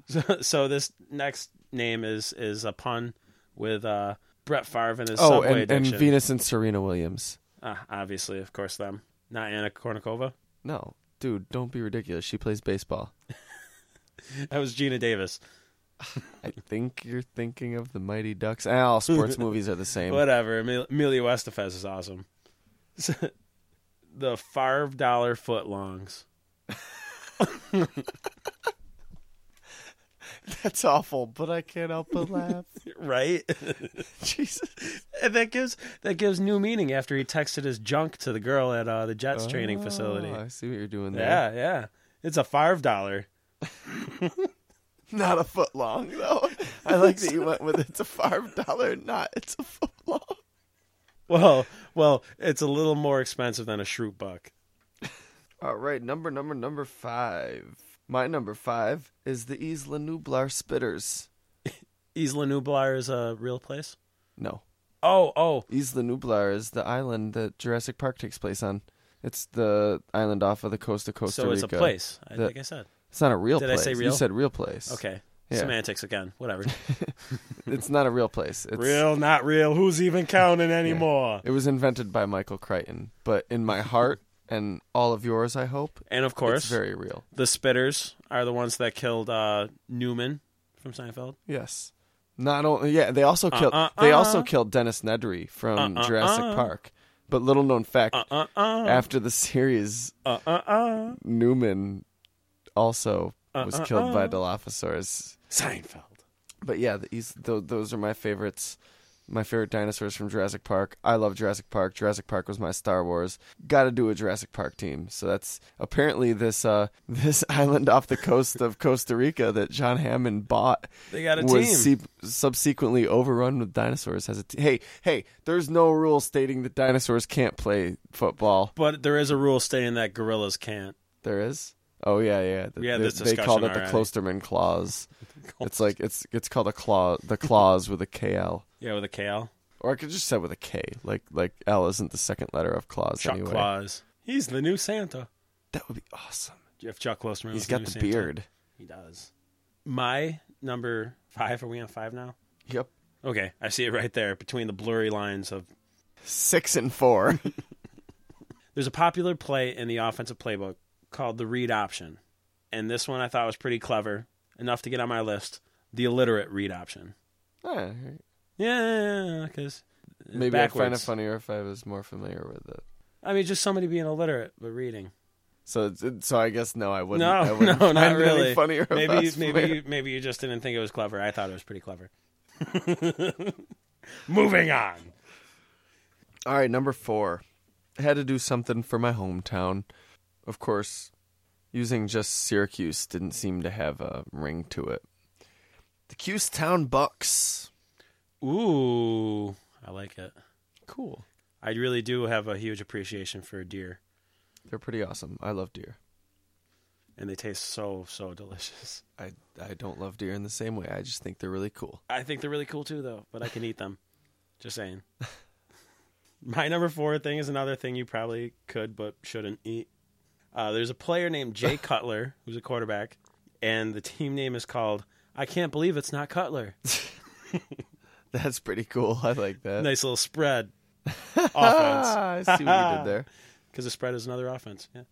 [SPEAKER 2] So, so this next name is is a pun with uh, Brett Favre and his
[SPEAKER 3] Oh,
[SPEAKER 2] subway
[SPEAKER 3] and, and
[SPEAKER 2] addiction.
[SPEAKER 3] Venus and Serena Williams.
[SPEAKER 2] Ah, obviously, of course, them. Not Anna Kournikova.
[SPEAKER 3] No, dude, don't be ridiculous. She plays baseball.
[SPEAKER 2] That was Gina Davis.
[SPEAKER 3] I think you're thinking of the Mighty Ducks. Ah, all sports movies are the same.
[SPEAKER 2] Whatever. Emil- Emilio Estefes is awesome. So, the Favre dollar footlongs.
[SPEAKER 3] That's awful, but I can't help but laugh.
[SPEAKER 2] Right?
[SPEAKER 3] Jesus.
[SPEAKER 2] And that gives that gives new meaning after he texted his junk to the girl at uh, the Jets training facility.
[SPEAKER 3] Oh, I see what you're doing there.
[SPEAKER 2] Yeah, yeah. It's a five dollar.
[SPEAKER 3] Not a foot long though. I like that you went with it's a five dollar, not it's a foot long.
[SPEAKER 2] Well, well, it's a little more expensive than a shroot buck.
[SPEAKER 3] All right, number number number five. My number five is the Isla Nublar Spitters.
[SPEAKER 2] Isla Nublar is a real place.
[SPEAKER 3] No,
[SPEAKER 2] Oh, oh,
[SPEAKER 3] Isla Nublar is the island that Jurassic Park takes place on. It's the island off of the coast of Costa
[SPEAKER 2] so
[SPEAKER 3] Rica.
[SPEAKER 2] it's a place. I
[SPEAKER 3] The-
[SPEAKER 2] think I said
[SPEAKER 3] It's not a real
[SPEAKER 2] Did I
[SPEAKER 3] place.
[SPEAKER 2] say
[SPEAKER 3] You
[SPEAKER 2] real?
[SPEAKER 3] said real place.
[SPEAKER 2] okay.
[SPEAKER 3] Yeah.
[SPEAKER 2] Semantics again. Whatever.
[SPEAKER 3] It's not a real place. It's,
[SPEAKER 2] real, not real. Who's even counting anymore?
[SPEAKER 3] It was invented by Michael Crichton, but in my heart and all of yours, I hope,
[SPEAKER 2] And of course,
[SPEAKER 3] it's very real.
[SPEAKER 2] the spitters are the ones that killed uh, Newman from Seinfeld.
[SPEAKER 3] Yes. Not only yeah, they also killed
[SPEAKER 2] uh,
[SPEAKER 3] they
[SPEAKER 2] uh.
[SPEAKER 3] also killed Dennis Nedry from
[SPEAKER 2] Uh, uh,
[SPEAKER 3] Jurassic
[SPEAKER 2] uh.
[SPEAKER 3] Park. But little known fact,
[SPEAKER 2] Uh uh
[SPEAKER 3] after the series,
[SPEAKER 2] uh uh uh.
[SPEAKER 3] Newman also
[SPEAKER 2] Uh,
[SPEAKER 3] was
[SPEAKER 2] uh,
[SPEAKER 3] killed by
[SPEAKER 2] uh.
[SPEAKER 3] Dilophosaurus.
[SPEAKER 2] Seinfeld.
[SPEAKER 3] But yeah, the, these tho- those are my favorites. My favorite dinosaurs from Jurassic Park. I love Jurassic Park. Jurassic Park was my Star Wars. Got to do a Jurassic Park team. So that's apparently this uh, this island off the coast of Costa Rica that John Hammond bought.
[SPEAKER 2] They got a
[SPEAKER 3] was
[SPEAKER 2] team.
[SPEAKER 3] se- subsequently overrun with dinosaurs. Has a t- hey hey. There's no rule stating that dinosaurs can't play football.
[SPEAKER 2] But there is a rule stating that gorillas can't.
[SPEAKER 3] There is. Oh yeah, yeah. The-
[SPEAKER 2] We had
[SPEAKER 3] they,
[SPEAKER 2] this
[SPEAKER 3] they called it
[SPEAKER 2] discussion
[SPEAKER 3] the
[SPEAKER 2] already.
[SPEAKER 3] Closterman clause. It's like it's it's called a claw the clause with a KL.
[SPEAKER 2] yeah, with a kale.
[SPEAKER 3] Or I could just say with a K, like like L isn't the second letter of clause
[SPEAKER 2] Chuck
[SPEAKER 3] anyway.
[SPEAKER 2] Claus. He's the new Santa.
[SPEAKER 3] That would be awesome.
[SPEAKER 2] If Chuck Klosterman
[SPEAKER 3] He's
[SPEAKER 2] was
[SPEAKER 3] got
[SPEAKER 2] new
[SPEAKER 3] the
[SPEAKER 2] Santa.
[SPEAKER 3] beard.
[SPEAKER 2] He does. My number five. Are we on five now?
[SPEAKER 3] Yep.
[SPEAKER 2] Okay, I see it right there between the blurry lines of.
[SPEAKER 3] Six and four.
[SPEAKER 2] There's a popular play in the offensive playbook called the read option, and this one I thought was pretty clever enough to get on my list. The illiterate read option.
[SPEAKER 3] Ah,
[SPEAKER 2] Yeah, because
[SPEAKER 3] Maybe
[SPEAKER 2] backwards.
[SPEAKER 3] I'd find it funnier if I was more familiar with it.
[SPEAKER 2] I mean, just somebody being illiterate but reading.
[SPEAKER 3] So it's- so I guess no, I wouldn't.
[SPEAKER 2] No,
[SPEAKER 3] I wouldn't
[SPEAKER 2] no,
[SPEAKER 3] find
[SPEAKER 2] not
[SPEAKER 3] it
[SPEAKER 2] really.
[SPEAKER 3] Any funnier if I
[SPEAKER 2] maybe,
[SPEAKER 3] was
[SPEAKER 2] maybe,
[SPEAKER 3] familiar.
[SPEAKER 2] you, maybe you just didn't think it was clever. I thought it was pretty clever. Moving on.
[SPEAKER 3] All right, number four. I had to do something for my hometown. Of course, using just Syracuse didn't seem to have a ring to it. The Cuse Town Bucks.
[SPEAKER 2] Ooh, I like it.
[SPEAKER 3] Cool.
[SPEAKER 2] I really do have a huge appreciation for deer,
[SPEAKER 3] They're pretty awesome. I love deer.
[SPEAKER 2] and they taste so so delicious.
[SPEAKER 3] I I don't love deer in the same way. I just think they're really cool.
[SPEAKER 2] I think they're really cool too, though. But I can eat them. Just saying. My number four thing is another thing you probably could but shouldn't eat. Uh, there's a player named Jay Cutler who's a quarterback, and the team name is called I can't believe it's not Cutler.
[SPEAKER 3] That's pretty cool. I like that.
[SPEAKER 2] nice little spread
[SPEAKER 3] Ah,
[SPEAKER 2] offense
[SPEAKER 3] I see what you did there.
[SPEAKER 2] because the spread is another offense. Yeah.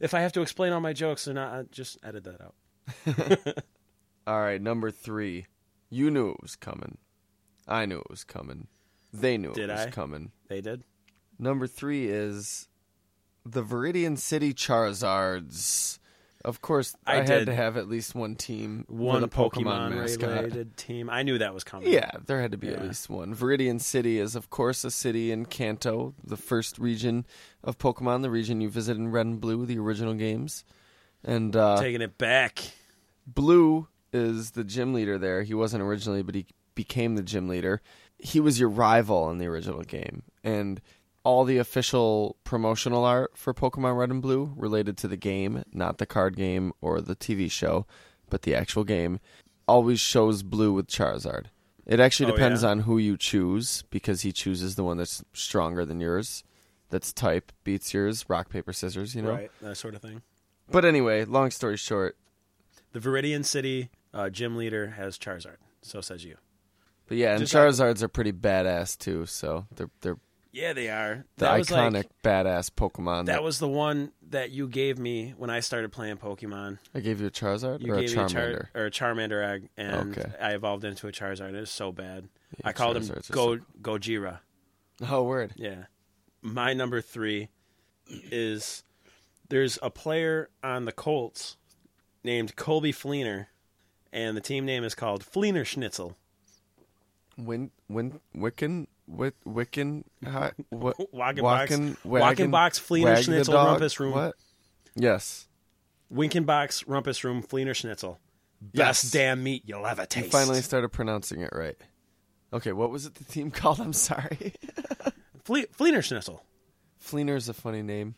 [SPEAKER 2] If I have to explain all my jokes, they're not. I just edit that out.
[SPEAKER 3] All right, number three. You knew it was coming. I knew it was coming. They knew
[SPEAKER 2] Did
[SPEAKER 3] it was
[SPEAKER 2] I?
[SPEAKER 3] coming.
[SPEAKER 2] They did.
[SPEAKER 3] Number three is the Viridian City Charizards. Of course,
[SPEAKER 2] I
[SPEAKER 3] I,
[SPEAKER 2] did.
[SPEAKER 3] had to have at least one team
[SPEAKER 2] One
[SPEAKER 3] with a Pokemon,
[SPEAKER 2] Pokemon,
[SPEAKER 3] mascot.
[SPEAKER 2] related team. I knew that was coming.
[SPEAKER 3] Yeah, there had to be at
[SPEAKER 2] Yeah.
[SPEAKER 3] least one. Viridian City is, of course, a city in Kanto, the first region of Pokemon, the region you visit in Red and Blue, the original games. And uh,
[SPEAKER 2] Taking it back.
[SPEAKER 3] Blue is the gym leader there. He wasn't originally, but he became the gym leader. He was your rival in the original game. And all the official promotional art for Pokemon Red and Blue related to the game, not the card game or the TV show, but the actual game, always shows Blue with Charizard. It actually
[SPEAKER 2] Oh,
[SPEAKER 3] depends
[SPEAKER 2] yeah?
[SPEAKER 3] on who you choose because he chooses the one that's stronger than yours, that's type, beats yours, rock, paper, scissors, you know?
[SPEAKER 2] That sort of thing.
[SPEAKER 3] But anyway, long story short,
[SPEAKER 2] The Viridian City uh, gym leader has Charizard. So says you.
[SPEAKER 3] But yeah, and
[SPEAKER 2] Just like-
[SPEAKER 3] Charizards are pretty badass too. So they're they're
[SPEAKER 2] Yeah, they are.
[SPEAKER 3] the
[SPEAKER 2] that was
[SPEAKER 3] iconic
[SPEAKER 2] like,
[SPEAKER 3] badass Pokemon.
[SPEAKER 2] that was the one that you gave me when I started playing Pokemon.
[SPEAKER 3] I gave you a Charizard
[SPEAKER 2] You
[SPEAKER 3] or a
[SPEAKER 2] gave me
[SPEAKER 3] Charmander.
[SPEAKER 2] a Char- or a Charmander egg, and
[SPEAKER 3] Okay.
[SPEAKER 2] I evolved into a Charizard. It was so bad.
[SPEAKER 3] Yeah,
[SPEAKER 2] I called him
[SPEAKER 3] Charizards are
[SPEAKER 2] Go
[SPEAKER 3] so
[SPEAKER 2] Gojira.
[SPEAKER 3] oh, word.
[SPEAKER 2] Yeah. My number three is there's a player on the Colts named Colby Fleener, and the team name is called Fleener Schnitzel.
[SPEAKER 3] Win win Wicken Wit Wicken hi, what
[SPEAKER 2] Wagon box-
[SPEAKER 3] Wacken-
[SPEAKER 2] Wacken
[SPEAKER 3] Wagon-
[SPEAKER 2] box, Fleener,
[SPEAKER 3] Wag the
[SPEAKER 2] Schnitzel,
[SPEAKER 3] dog?
[SPEAKER 2] Rumpus Room.
[SPEAKER 3] What? Yes.
[SPEAKER 2] Winkenbox, Rumpus Room, Fleener Schnitzel.
[SPEAKER 3] Yes.
[SPEAKER 2] Best damn meat you'll ever taste.
[SPEAKER 3] You finally started pronouncing it right. Okay, what was it the team called? I'm sorry.
[SPEAKER 2] Fle- Fleener Schnitzel
[SPEAKER 3] Fleener's a funny name.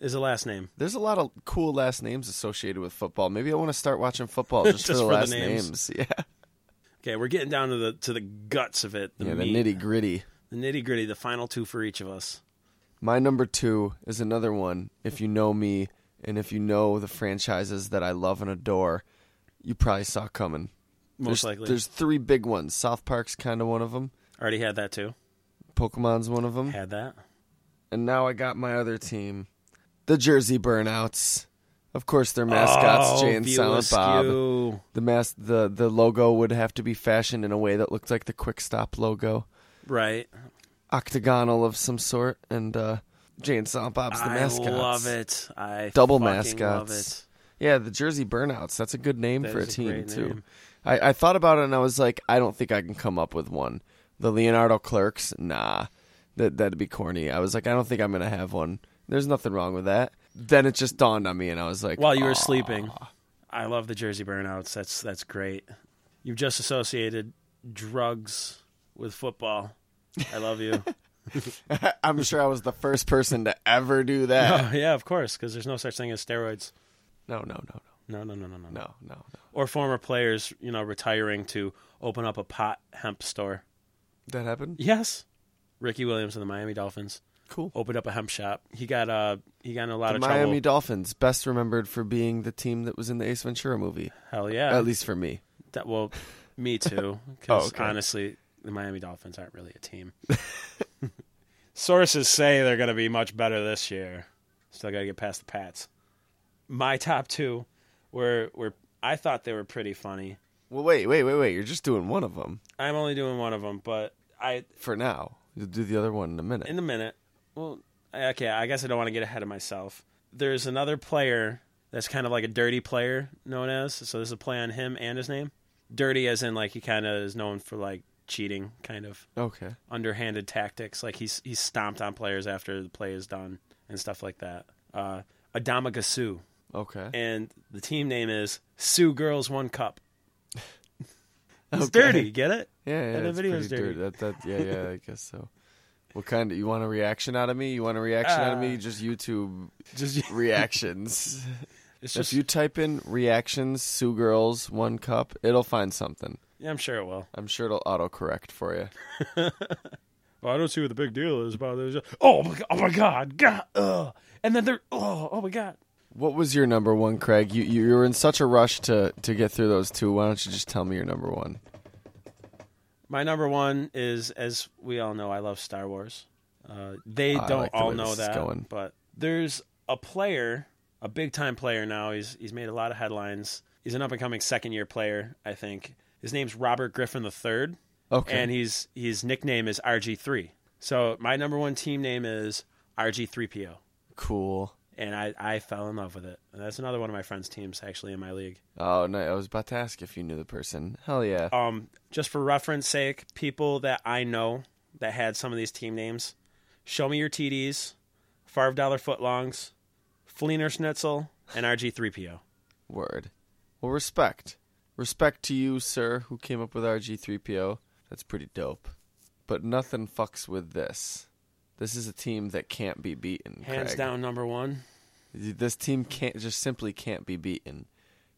[SPEAKER 2] is the last name.
[SPEAKER 3] There's a lot of cool last names associated with football. Maybe I want to start watching football just, for
[SPEAKER 2] Just
[SPEAKER 3] the
[SPEAKER 2] for the
[SPEAKER 3] last
[SPEAKER 2] names.
[SPEAKER 3] names. Yeah.
[SPEAKER 2] Okay, we're getting down to the to the guts of it. The
[SPEAKER 3] yeah,
[SPEAKER 2] meat,
[SPEAKER 3] the nitty gritty.
[SPEAKER 2] the nitty gritty. The final two for each of us.
[SPEAKER 3] My number two is another one. If you know me and if you know the franchises that I love and adore, you probably saw coming.
[SPEAKER 2] Most
[SPEAKER 3] there's,
[SPEAKER 2] likely,
[SPEAKER 3] There's three big ones. South Park's kind of one of them.
[SPEAKER 2] already had that too.
[SPEAKER 3] Pokemon's one of them.
[SPEAKER 2] Had that.
[SPEAKER 3] And now I got my other team, the Jersey Burnouts. Of course, their mascots, Jay and
[SPEAKER 2] Oh, View
[SPEAKER 3] Silent Bob.
[SPEAKER 2] Askew.
[SPEAKER 3] The, mas- the, the logo would have to be fashioned in a way that looked like the Quick Stop logo.
[SPEAKER 2] Right.
[SPEAKER 3] Octagonal of some sort. And uh, Jay and Silent Bob's the
[SPEAKER 2] I
[SPEAKER 3] mascots.
[SPEAKER 2] love it. I
[SPEAKER 3] Double
[SPEAKER 2] fucking Love
[SPEAKER 3] mascots.
[SPEAKER 2] it.
[SPEAKER 3] Yeah, the Jersey Burnouts. That's a good name
[SPEAKER 2] That
[SPEAKER 3] for a
[SPEAKER 2] is a
[SPEAKER 3] team
[SPEAKER 2] great
[SPEAKER 3] too.
[SPEAKER 2] name.
[SPEAKER 3] I, I thought about it and I was like, I don't think I can come up with one. The Leonardo Clerks, nah, that that'd be corny. I was like, I don't think I'm gonna have one. There's nothing wrong with that. Then it just dawned on me, and I was like,
[SPEAKER 2] While you
[SPEAKER 3] "Aw."
[SPEAKER 2] were sleeping, I love the Jersey burnouts. That's that's great. You've just associated drugs with football. I love you.
[SPEAKER 3] I'm sure I was the first person to ever do that.
[SPEAKER 2] oh, yeah, of course, because there's no such thing as steroids.
[SPEAKER 3] No, no, no,
[SPEAKER 2] No, no, no, no, no,
[SPEAKER 3] no, no, no, no.
[SPEAKER 2] Or former players, you know, retiring to open up a pot hemp store.
[SPEAKER 3] That happened.
[SPEAKER 2] Yes, Ricky Williams of the Miami Dolphins
[SPEAKER 3] Cool.
[SPEAKER 2] opened up a hemp shop. He got uh he got in a lot
[SPEAKER 3] The
[SPEAKER 2] of
[SPEAKER 3] Miami
[SPEAKER 2] trouble.
[SPEAKER 3] Dolphins, best remembered for being the team that was in the Ace Ventura movie,
[SPEAKER 2] Hell yeah.
[SPEAKER 3] at least for me.
[SPEAKER 2] That, well, me too. Because
[SPEAKER 3] okay.
[SPEAKER 2] honestly, the Miami Dolphins aren't really a team. Sources say they're going to be much better this year. Still got to get past the Pats. My top two were were I thought they were pretty funny.
[SPEAKER 3] Well, wait, wait, wait, wait. You're just doing one of them.
[SPEAKER 2] I'm only doing one of them, but I
[SPEAKER 3] for now. You'll do the other one in a minute.
[SPEAKER 2] in a minute. Well, okay, I guess I don't want to get ahead of myself. There's another player that's kind of like a dirty player known as. So this is a play on him and his name. Dirty as in like he kind of is known for like cheating, kind of.
[SPEAKER 3] okay.
[SPEAKER 2] underhanded tactics. Like he's he's stomped on players after the play is done and stuff like that. Uh, Adama Gasu,
[SPEAKER 3] Okay.
[SPEAKER 2] and the team name is Sue Girls One Cup. It's
[SPEAKER 3] Okay.
[SPEAKER 2] dirty, get it?
[SPEAKER 3] yeah, yeah.
[SPEAKER 2] and the
[SPEAKER 3] it's
[SPEAKER 2] video's
[SPEAKER 3] pretty
[SPEAKER 2] dirty.
[SPEAKER 3] That, that, yeah, yeah. I guess so. What kind of? You want a reaction out of me? You want a reaction out of me?
[SPEAKER 2] Uh,
[SPEAKER 3] Just YouTube
[SPEAKER 2] Just
[SPEAKER 3] reactions.
[SPEAKER 2] it's just
[SPEAKER 3] if you type in reactions, Sue Girls, one cup, it'll find something.
[SPEAKER 2] yeah, I'm sure it will.
[SPEAKER 3] I'm sure it'll autocorrect for you.
[SPEAKER 2] Well, I don't see what the big deal is about it. Oh my, oh my god, god, ugh. and then they're oh oh my god.
[SPEAKER 3] What was your number one, Craig? You you, you were in such a rush to to get through those two. Why don't you just tell me your number one?
[SPEAKER 2] My number one is, as we all know, I love Star Wars. Uh, they
[SPEAKER 3] I
[SPEAKER 2] don't
[SPEAKER 3] like the
[SPEAKER 2] all
[SPEAKER 3] way
[SPEAKER 2] know
[SPEAKER 3] this is
[SPEAKER 2] that,
[SPEAKER 3] going.
[SPEAKER 2] but there's a player, a big time player now. He's he's made a lot of headlines. He's an up and coming second year player, I think. His name's Robert Griffin III,
[SPEAKER 3] Okay.
[SPEAKER 2] and he's his nickname is RG3. So my number one team name is RG3PO,
[SPEAKER 3] cool.
[SPEAKER 2] and I I fell in love with it. And that's another one of my friends' teams actually in my league.
[SPEAKER 3] Oh no, I was about to ask if you knew the person. Hell yeah.
[SPEAKER 2] um, just for reference sake, people that I know that had some of these team names, show me your TDs, five dollar footlongs, Fleener Schnitzel, and RG3PO.
[SPEAKER 3] Word. Well, respect. Respect to you, sir, who came up with RG3PO. That's pretty dope. But nothing fucks with this. This is a team that can't be beaten.
[SPEAKER 2] Hands
[SPEAKER 3] Craig.
[SPEAKER 2] down, number one.
[SPEAKER 3] This team can't just simply can't be beaten.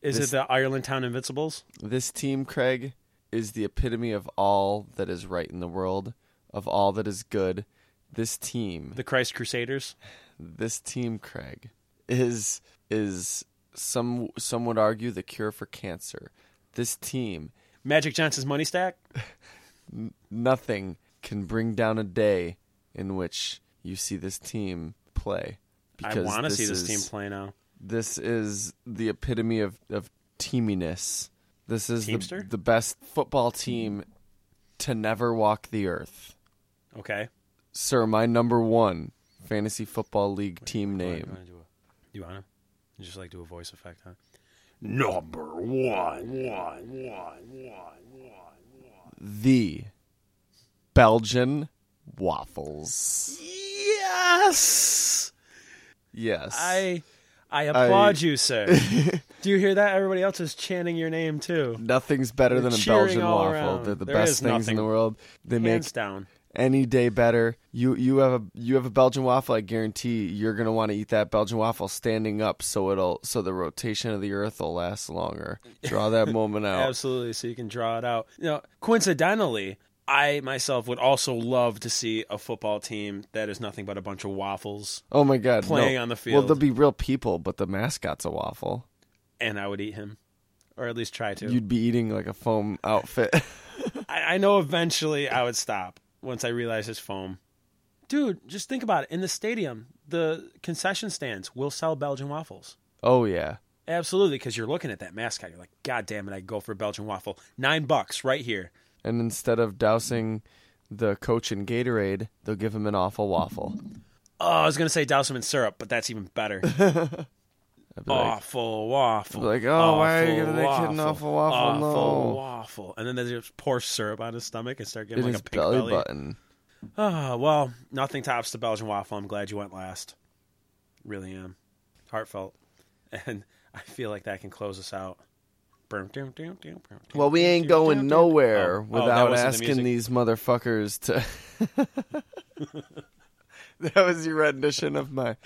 [SPEAKER 2] Is
[SPEAKER 3] This-
[SPEAKER 2] it the Ireland Town Invincibles?
[SPEAKER 3] This team, Craig, is the epitome of all that is right in the world, of all that is good. This team,
[SPEAKER 2] The Christ Crusaders?
[SPEAKER 3] this team, Craig, is is some some would argue the cure for cancer. This team,
[SPEAKER 2] Magic Johnson's Money Stack?
[SPEAKER 3] nothing can bring down a day in which you see this team play.
[SPEAKER 2] I want to see this
[SPEAKER 3] is-
[SPEAKER 2] team play now.
[SPEAKER 3] This is the epitome of of teaminess. This is
[SPEAKER 2] Teamster?
[SPEAKER 3] the, the best football team to never walk the earth.
[SPEAKER 2] Okay.
[SPEAKER 3] Sir, my number one fantasy football league team name.
[SPEAKER 2] Do you want to? Just like do a voice effect, huh?
[SPEAKER 4] Number one.
[SPEAKER 3] The Belgian Waffles.
[SPEAKER 2] Yes!
[SPEAKER 3] Yes.
[SPEAKER 2] I I applaud you, sir. Do you hear that? Everybody else is chanting your name too.
[SPEAKER 3] Nothing's better
[SPEAKER 2] They're
[SPEAKER 3] than a
[SPEAKER 2] cheering
[SPEAKER 3] Belgian
[SPEAKER 2] all
[SPEAKER 3] waffle.
[SPEAKER 2] around.
[SPEAKER 3] They're the
[SPEAKER 2] There
[SPEAKER 3] best
[SPEAKER 2] is
[SPEAKER 3] things
[SPEAKER 2] nothing.
[SPEAKER 3] in the world. They
[SPEAKER 2] Hands
[SPEAKER 3] make
[SPEAKER 2] down.
[SPEAKER 3] any day better. You you have a you have a Belgian waffle. I guarantee you're gonna want to eat that Belgian waffle standing up, so it'll so the rotation of the earth will last longer. Draw that moment out.
[SPEAKER 2] Absolutely. So you can draw it out. You know, coincidentally, I myself would also love to see a football team that is nothing but a bunch of waffles,
[SPEAKER 3] oh my god!
[SPEAKER 2] Playing
[SPEAKER 3] no.
[SPEAKER 2] on the
[SPEAKER 3] Well,
[SPEAKER 2] field.
[SPEAKER 3] they'll be real people, but the mascot's a waffle.
[SPEAKER 2] and I would eat him, or at least try to.
[SPEAKER 3] You'd be eating like a foam outfit.
[SPEAKER 2] I, I know eventually I would stop once I realize it's foam. Dude, just think about it. In the stadium, the concession stands will sell Belgian waffles.
[SPEAKER 3] oh yeah,
[SPEAKER 2] Absolutely, because you're looking at that mascot. You're like, God damn it, I go for a Belgian waffle. Nine bucks right here.
[SPEAKER 3] and instead of dousing the coach in Gatorade, they'll give him an awful waffle.
[SPEAKER 2] Oh, I was going to say douse them in syrup, but that's even better.
[SPEAKER 3] I'd be like,
[SPEAKER 2] awful waffle.
[SPEAKER 3] Like, oh, why are you giving that kid an awful waffle?
[SPEAKER 2] Awful
[SPEAKER 3] No.
[SPEAKER 2] waffle. And then they just pour syrup on his stomach and start
[SPEAKER 3] in
[SPEAKER 2] getting like
[SPEAKER 3] his
[SPEAKER 2] a pink
[SPEAKER 3] belly,
[SPEAKER 2] belly.
[SPEAKER 3] button.
[SPEAKER 2] Oh, well, nothing tops the Belgian waffle. I'm glad you went last. Really am. Heartfelt. And I feel like that can close us out. Brum, dum, dum, dum, brum, dum,
[SPEAKER 3] Well, we
[SPEAKER 2] dum,
[SPEAKER 3] ain't
[SPEAKER 2] dum,
[SPEAKER 3] going
[SPEAKER 2] dum, dum.
[SPEAKER 3] nowhere
[SPEAKER 2] Oh, oh,
[SPEAKER 3] without
[SPEAKER 2] that wasn't the
[SPEAKER 3] asking
[SPEAKER 2] music.
[SPEAKER 3] these motherfuckers to. that was your rendition of my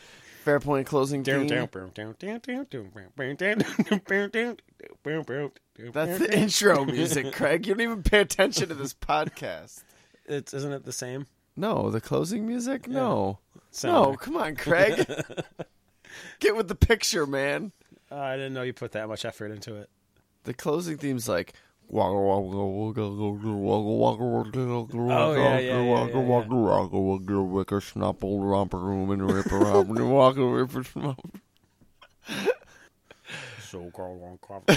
[SPEAKER 3] fair point closing
[SPEAKER 2] Dum,
[SPEAKER 3] theme.
[SPEAKER 2] dum, brum, dum, dum, dum, dum, brum, brum, dum, dum, brum, dum, dum, brum, dum,
[SPEAKER 3] That's
[SPEAKER 2] brum.
[SPEAKER 3] the intro music, Craig. You don't even pay attention to this podcast.
[SPEAKER 2] It's, isn't it the same?
[SPEAKER 3] No, the closing music? No.
[SPEAKER 2] Similar.
[SPEAKER 3] No, come on, Craig. Get with the picture, man.
[SPEAKER 2] Uh, I didn't know you put that much effort into it.
[SPEAKER 3] The closing theme's like. Oh,
[SPEAKER 2] yeah, yeah, yeah, yeah, yeah.
[SPEAKER 3] Wicker Schnapple Romper Room and Ripper Hop and Walker Ripper Schnapple.
[SPEAKER 2] So called one crop.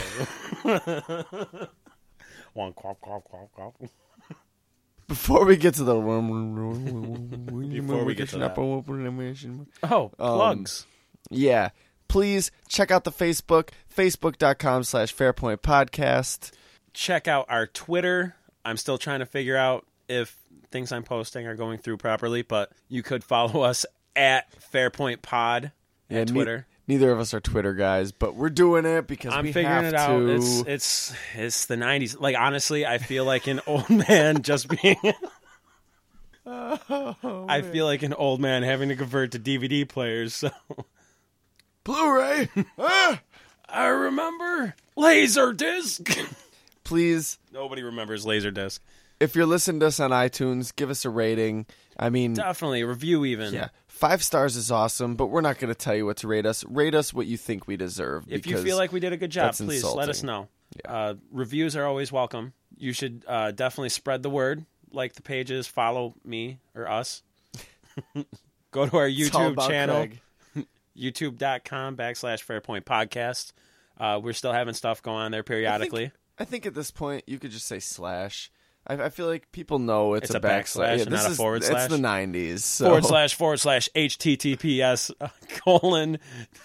[SPEAKER 2] one crop, crop, crop, crop.
[SPEAKER 3] Before we get to the Before
[SPEAKER 2] Before we get to that.
[SPEAKER 3] that.
[SPEAKER 2] Oh, plugs.
[SPEAKER 3] Yeah. Please check out the Facebook, facebook.com slash Fairpoint Podcast.
[SPEAKER 2] check out our Twitter. I'm still trying to figure out if things I'm posting are going through properly, but you could follow us at Fairpoint Pod at
[SPEAKER 3] Yeah, ne-
[SPEAKER 2] Twitter.
[SPEAKER 3] neither of us are Twitter guys, but we're doing it because
[SPEAKER 2] I'm
[SPEAKER 3] we
[SPEAKER 2] figuring
[SPEAKER 3] have
[SPEAKER 2] it out.
[SPEAKER 3] to.
[SPEAKER 2] It's it's it's the 90s. Like honestly, I feel like an old man just being.
[SPEAKER 3] Oh,
[SPEAKER 2] I feel like an old man having to convert to DVD players. So
[SPEAKER 3] Blu-ray.
[SPEAKER 2] I remember Laserdisc.
[SPEAKER 3] Please
[SPEAKER 2] Nobody remembers Laserdisc.
[SPEAKER 3] if you're listening to us on iTunes, give us a rating. I mean,
[SPEAKER 2] Definitely review even.
[SPEAKER 3] yeah, five stars is awesome, but we're not going to tell you what to rate us. Rate us what you think we deserve.
[SPEAKER 2] if you
[SPEAKER 3] because
[SPEAKER 2] feel like we did a good job,
[SPEAKER 3] that's
[SPEAKER 2] please let us
[SPEAKER 3] insulting.
[SPEAKER 2] know. Uh, reviews are always welcome. You should uh, definitely spread the word, like the pages, follow me or us. Go to our
[SPEAKER 3] it's all
[SPEAKER 2] YouTube
[SPEAKER 3] about
[SPEAKER 2] channel,
[SPEAKER 3] Craig.
[SPEAKER 2] youtube.com backslash Fairpoint Podcast. Uh, we're still having stuff going on there periodically.
[SPEAKER 3] I think at this point you could just say slash. I, I feel like people know it's,
[SPEAKER 2] It's a backslash
[SPEAKER 3] backslash. Yeah,
[SPEAKER 2] and
[SPEAKER 3] this
[SPEAKER 2] not a
[SPEAKER 3] is-
[SPEAKER 2] forward slash.
[SPEAKER 3] It's the '90s. So.
[SPEAKER 2] Forward slash forward slash https uh, colon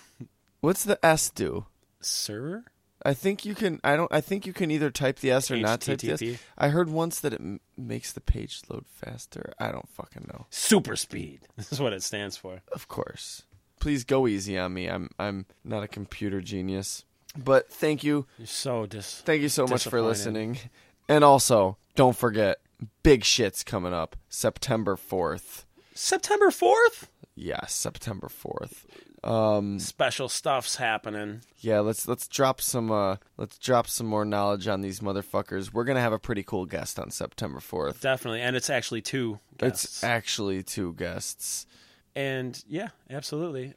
[SPEAKER 3] What's the S do?
[SPEAKER 2] sir.
[SPEAKER 3] I think you can. I don't. I think you can either type the S or not type the
[SPEAKER 2] HTTP.
[SPEAKER 3] S. I heard once that it m- makes the page load faster. I don't fucking know.
[SPEAKER 2] Super speed. This is what it stands for.
[SPEAKER 3] Of course. please go easy on me. I'm I'm not a computer genius. But thank you.
[SPEAKER 2] You're so dis.
[SPEAKER 3] Thank you so much for
[SPEAKER 2] Disappointed.
[SPEAKER 3] listening. And also, don't forget big shit's coming up September 4th.
[SPEAKER 2] September fourth.
[SPEAKER 3] Yeah, September 4th. Um
[SPEAKER 2] Special stuff's happening.
[SPEAKER 3] yeah, let's let's drop some uh let's drop some more knowledge on these motherfuckers. We're going to have a pretty cool guest on September 4th.
[SPEAKER 2] Definitely, and it's actually two. Guests.
[SPEAKER 3] It's actually two guests.
[SPEAKER 2] and yeah, absolutely.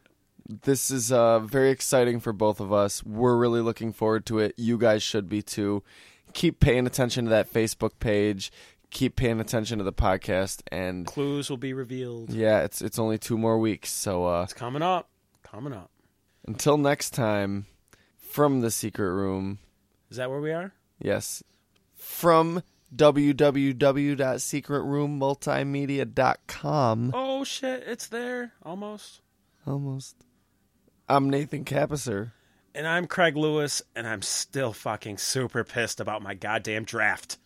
[SPEAKER 3] this is uh, very exciting for both of us. We're really looking forward to it. You guys should be too. Keep paying attention to that Facebook page. Keep paying attention to the podcast. And
[SPEAKER 2] Clues will be revealed.
[SPEAKER 3] yeah, it's it's only two more weeks. So uh,
[SPEAKER 2] It's coming up. Coming up.
[SPEAKER 3] until next time, from the secret room.
[SPEAKER 2] Is that where we are?
[SPEAKER 3] Yes, from www.secretroommultimedia.com.
[SPEAKER 2] Oh shit! It's there almost.
[SPEAKER 3] Almost. I'm Nathan Capisser.
[SPEAKER 2] And I'm Craig Lewis, and I'm still fucking super pissed about my goddamn draft.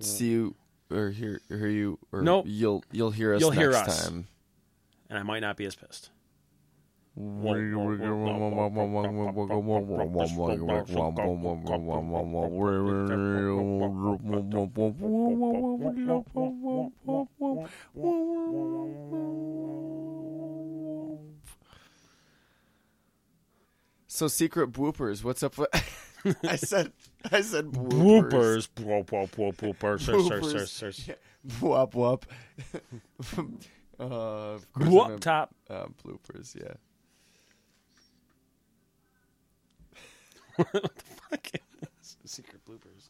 [SPEAKER 3] see you or hear hear you or
[SPEAKER 2] Nope.
[SPEAKER 3] you'll you'll hear us
[SPEAKER 2] You'll
[SPEAKER 3] next
[SPEAKER 2] hear us.
[SPEAKER 3] time.
[SPEAKER 2] And I might not be as pissed.
[SPEAKER 3] So secret bloopers, what's up with I said I said bloopers.
[SPEAKER 2] Bloopers. Bloop, bloop, bloop, bloopers. Sir, sir, sir, sir, sir.
[SPEAKER 3] Yeah. Wop wop. uh, of course I'm a-
[SPEAKER 2] Bloop top.
[SPEAKER 3] uh, bloopers, yeah.
[SPEAKER 2] Fucking secret bloopers.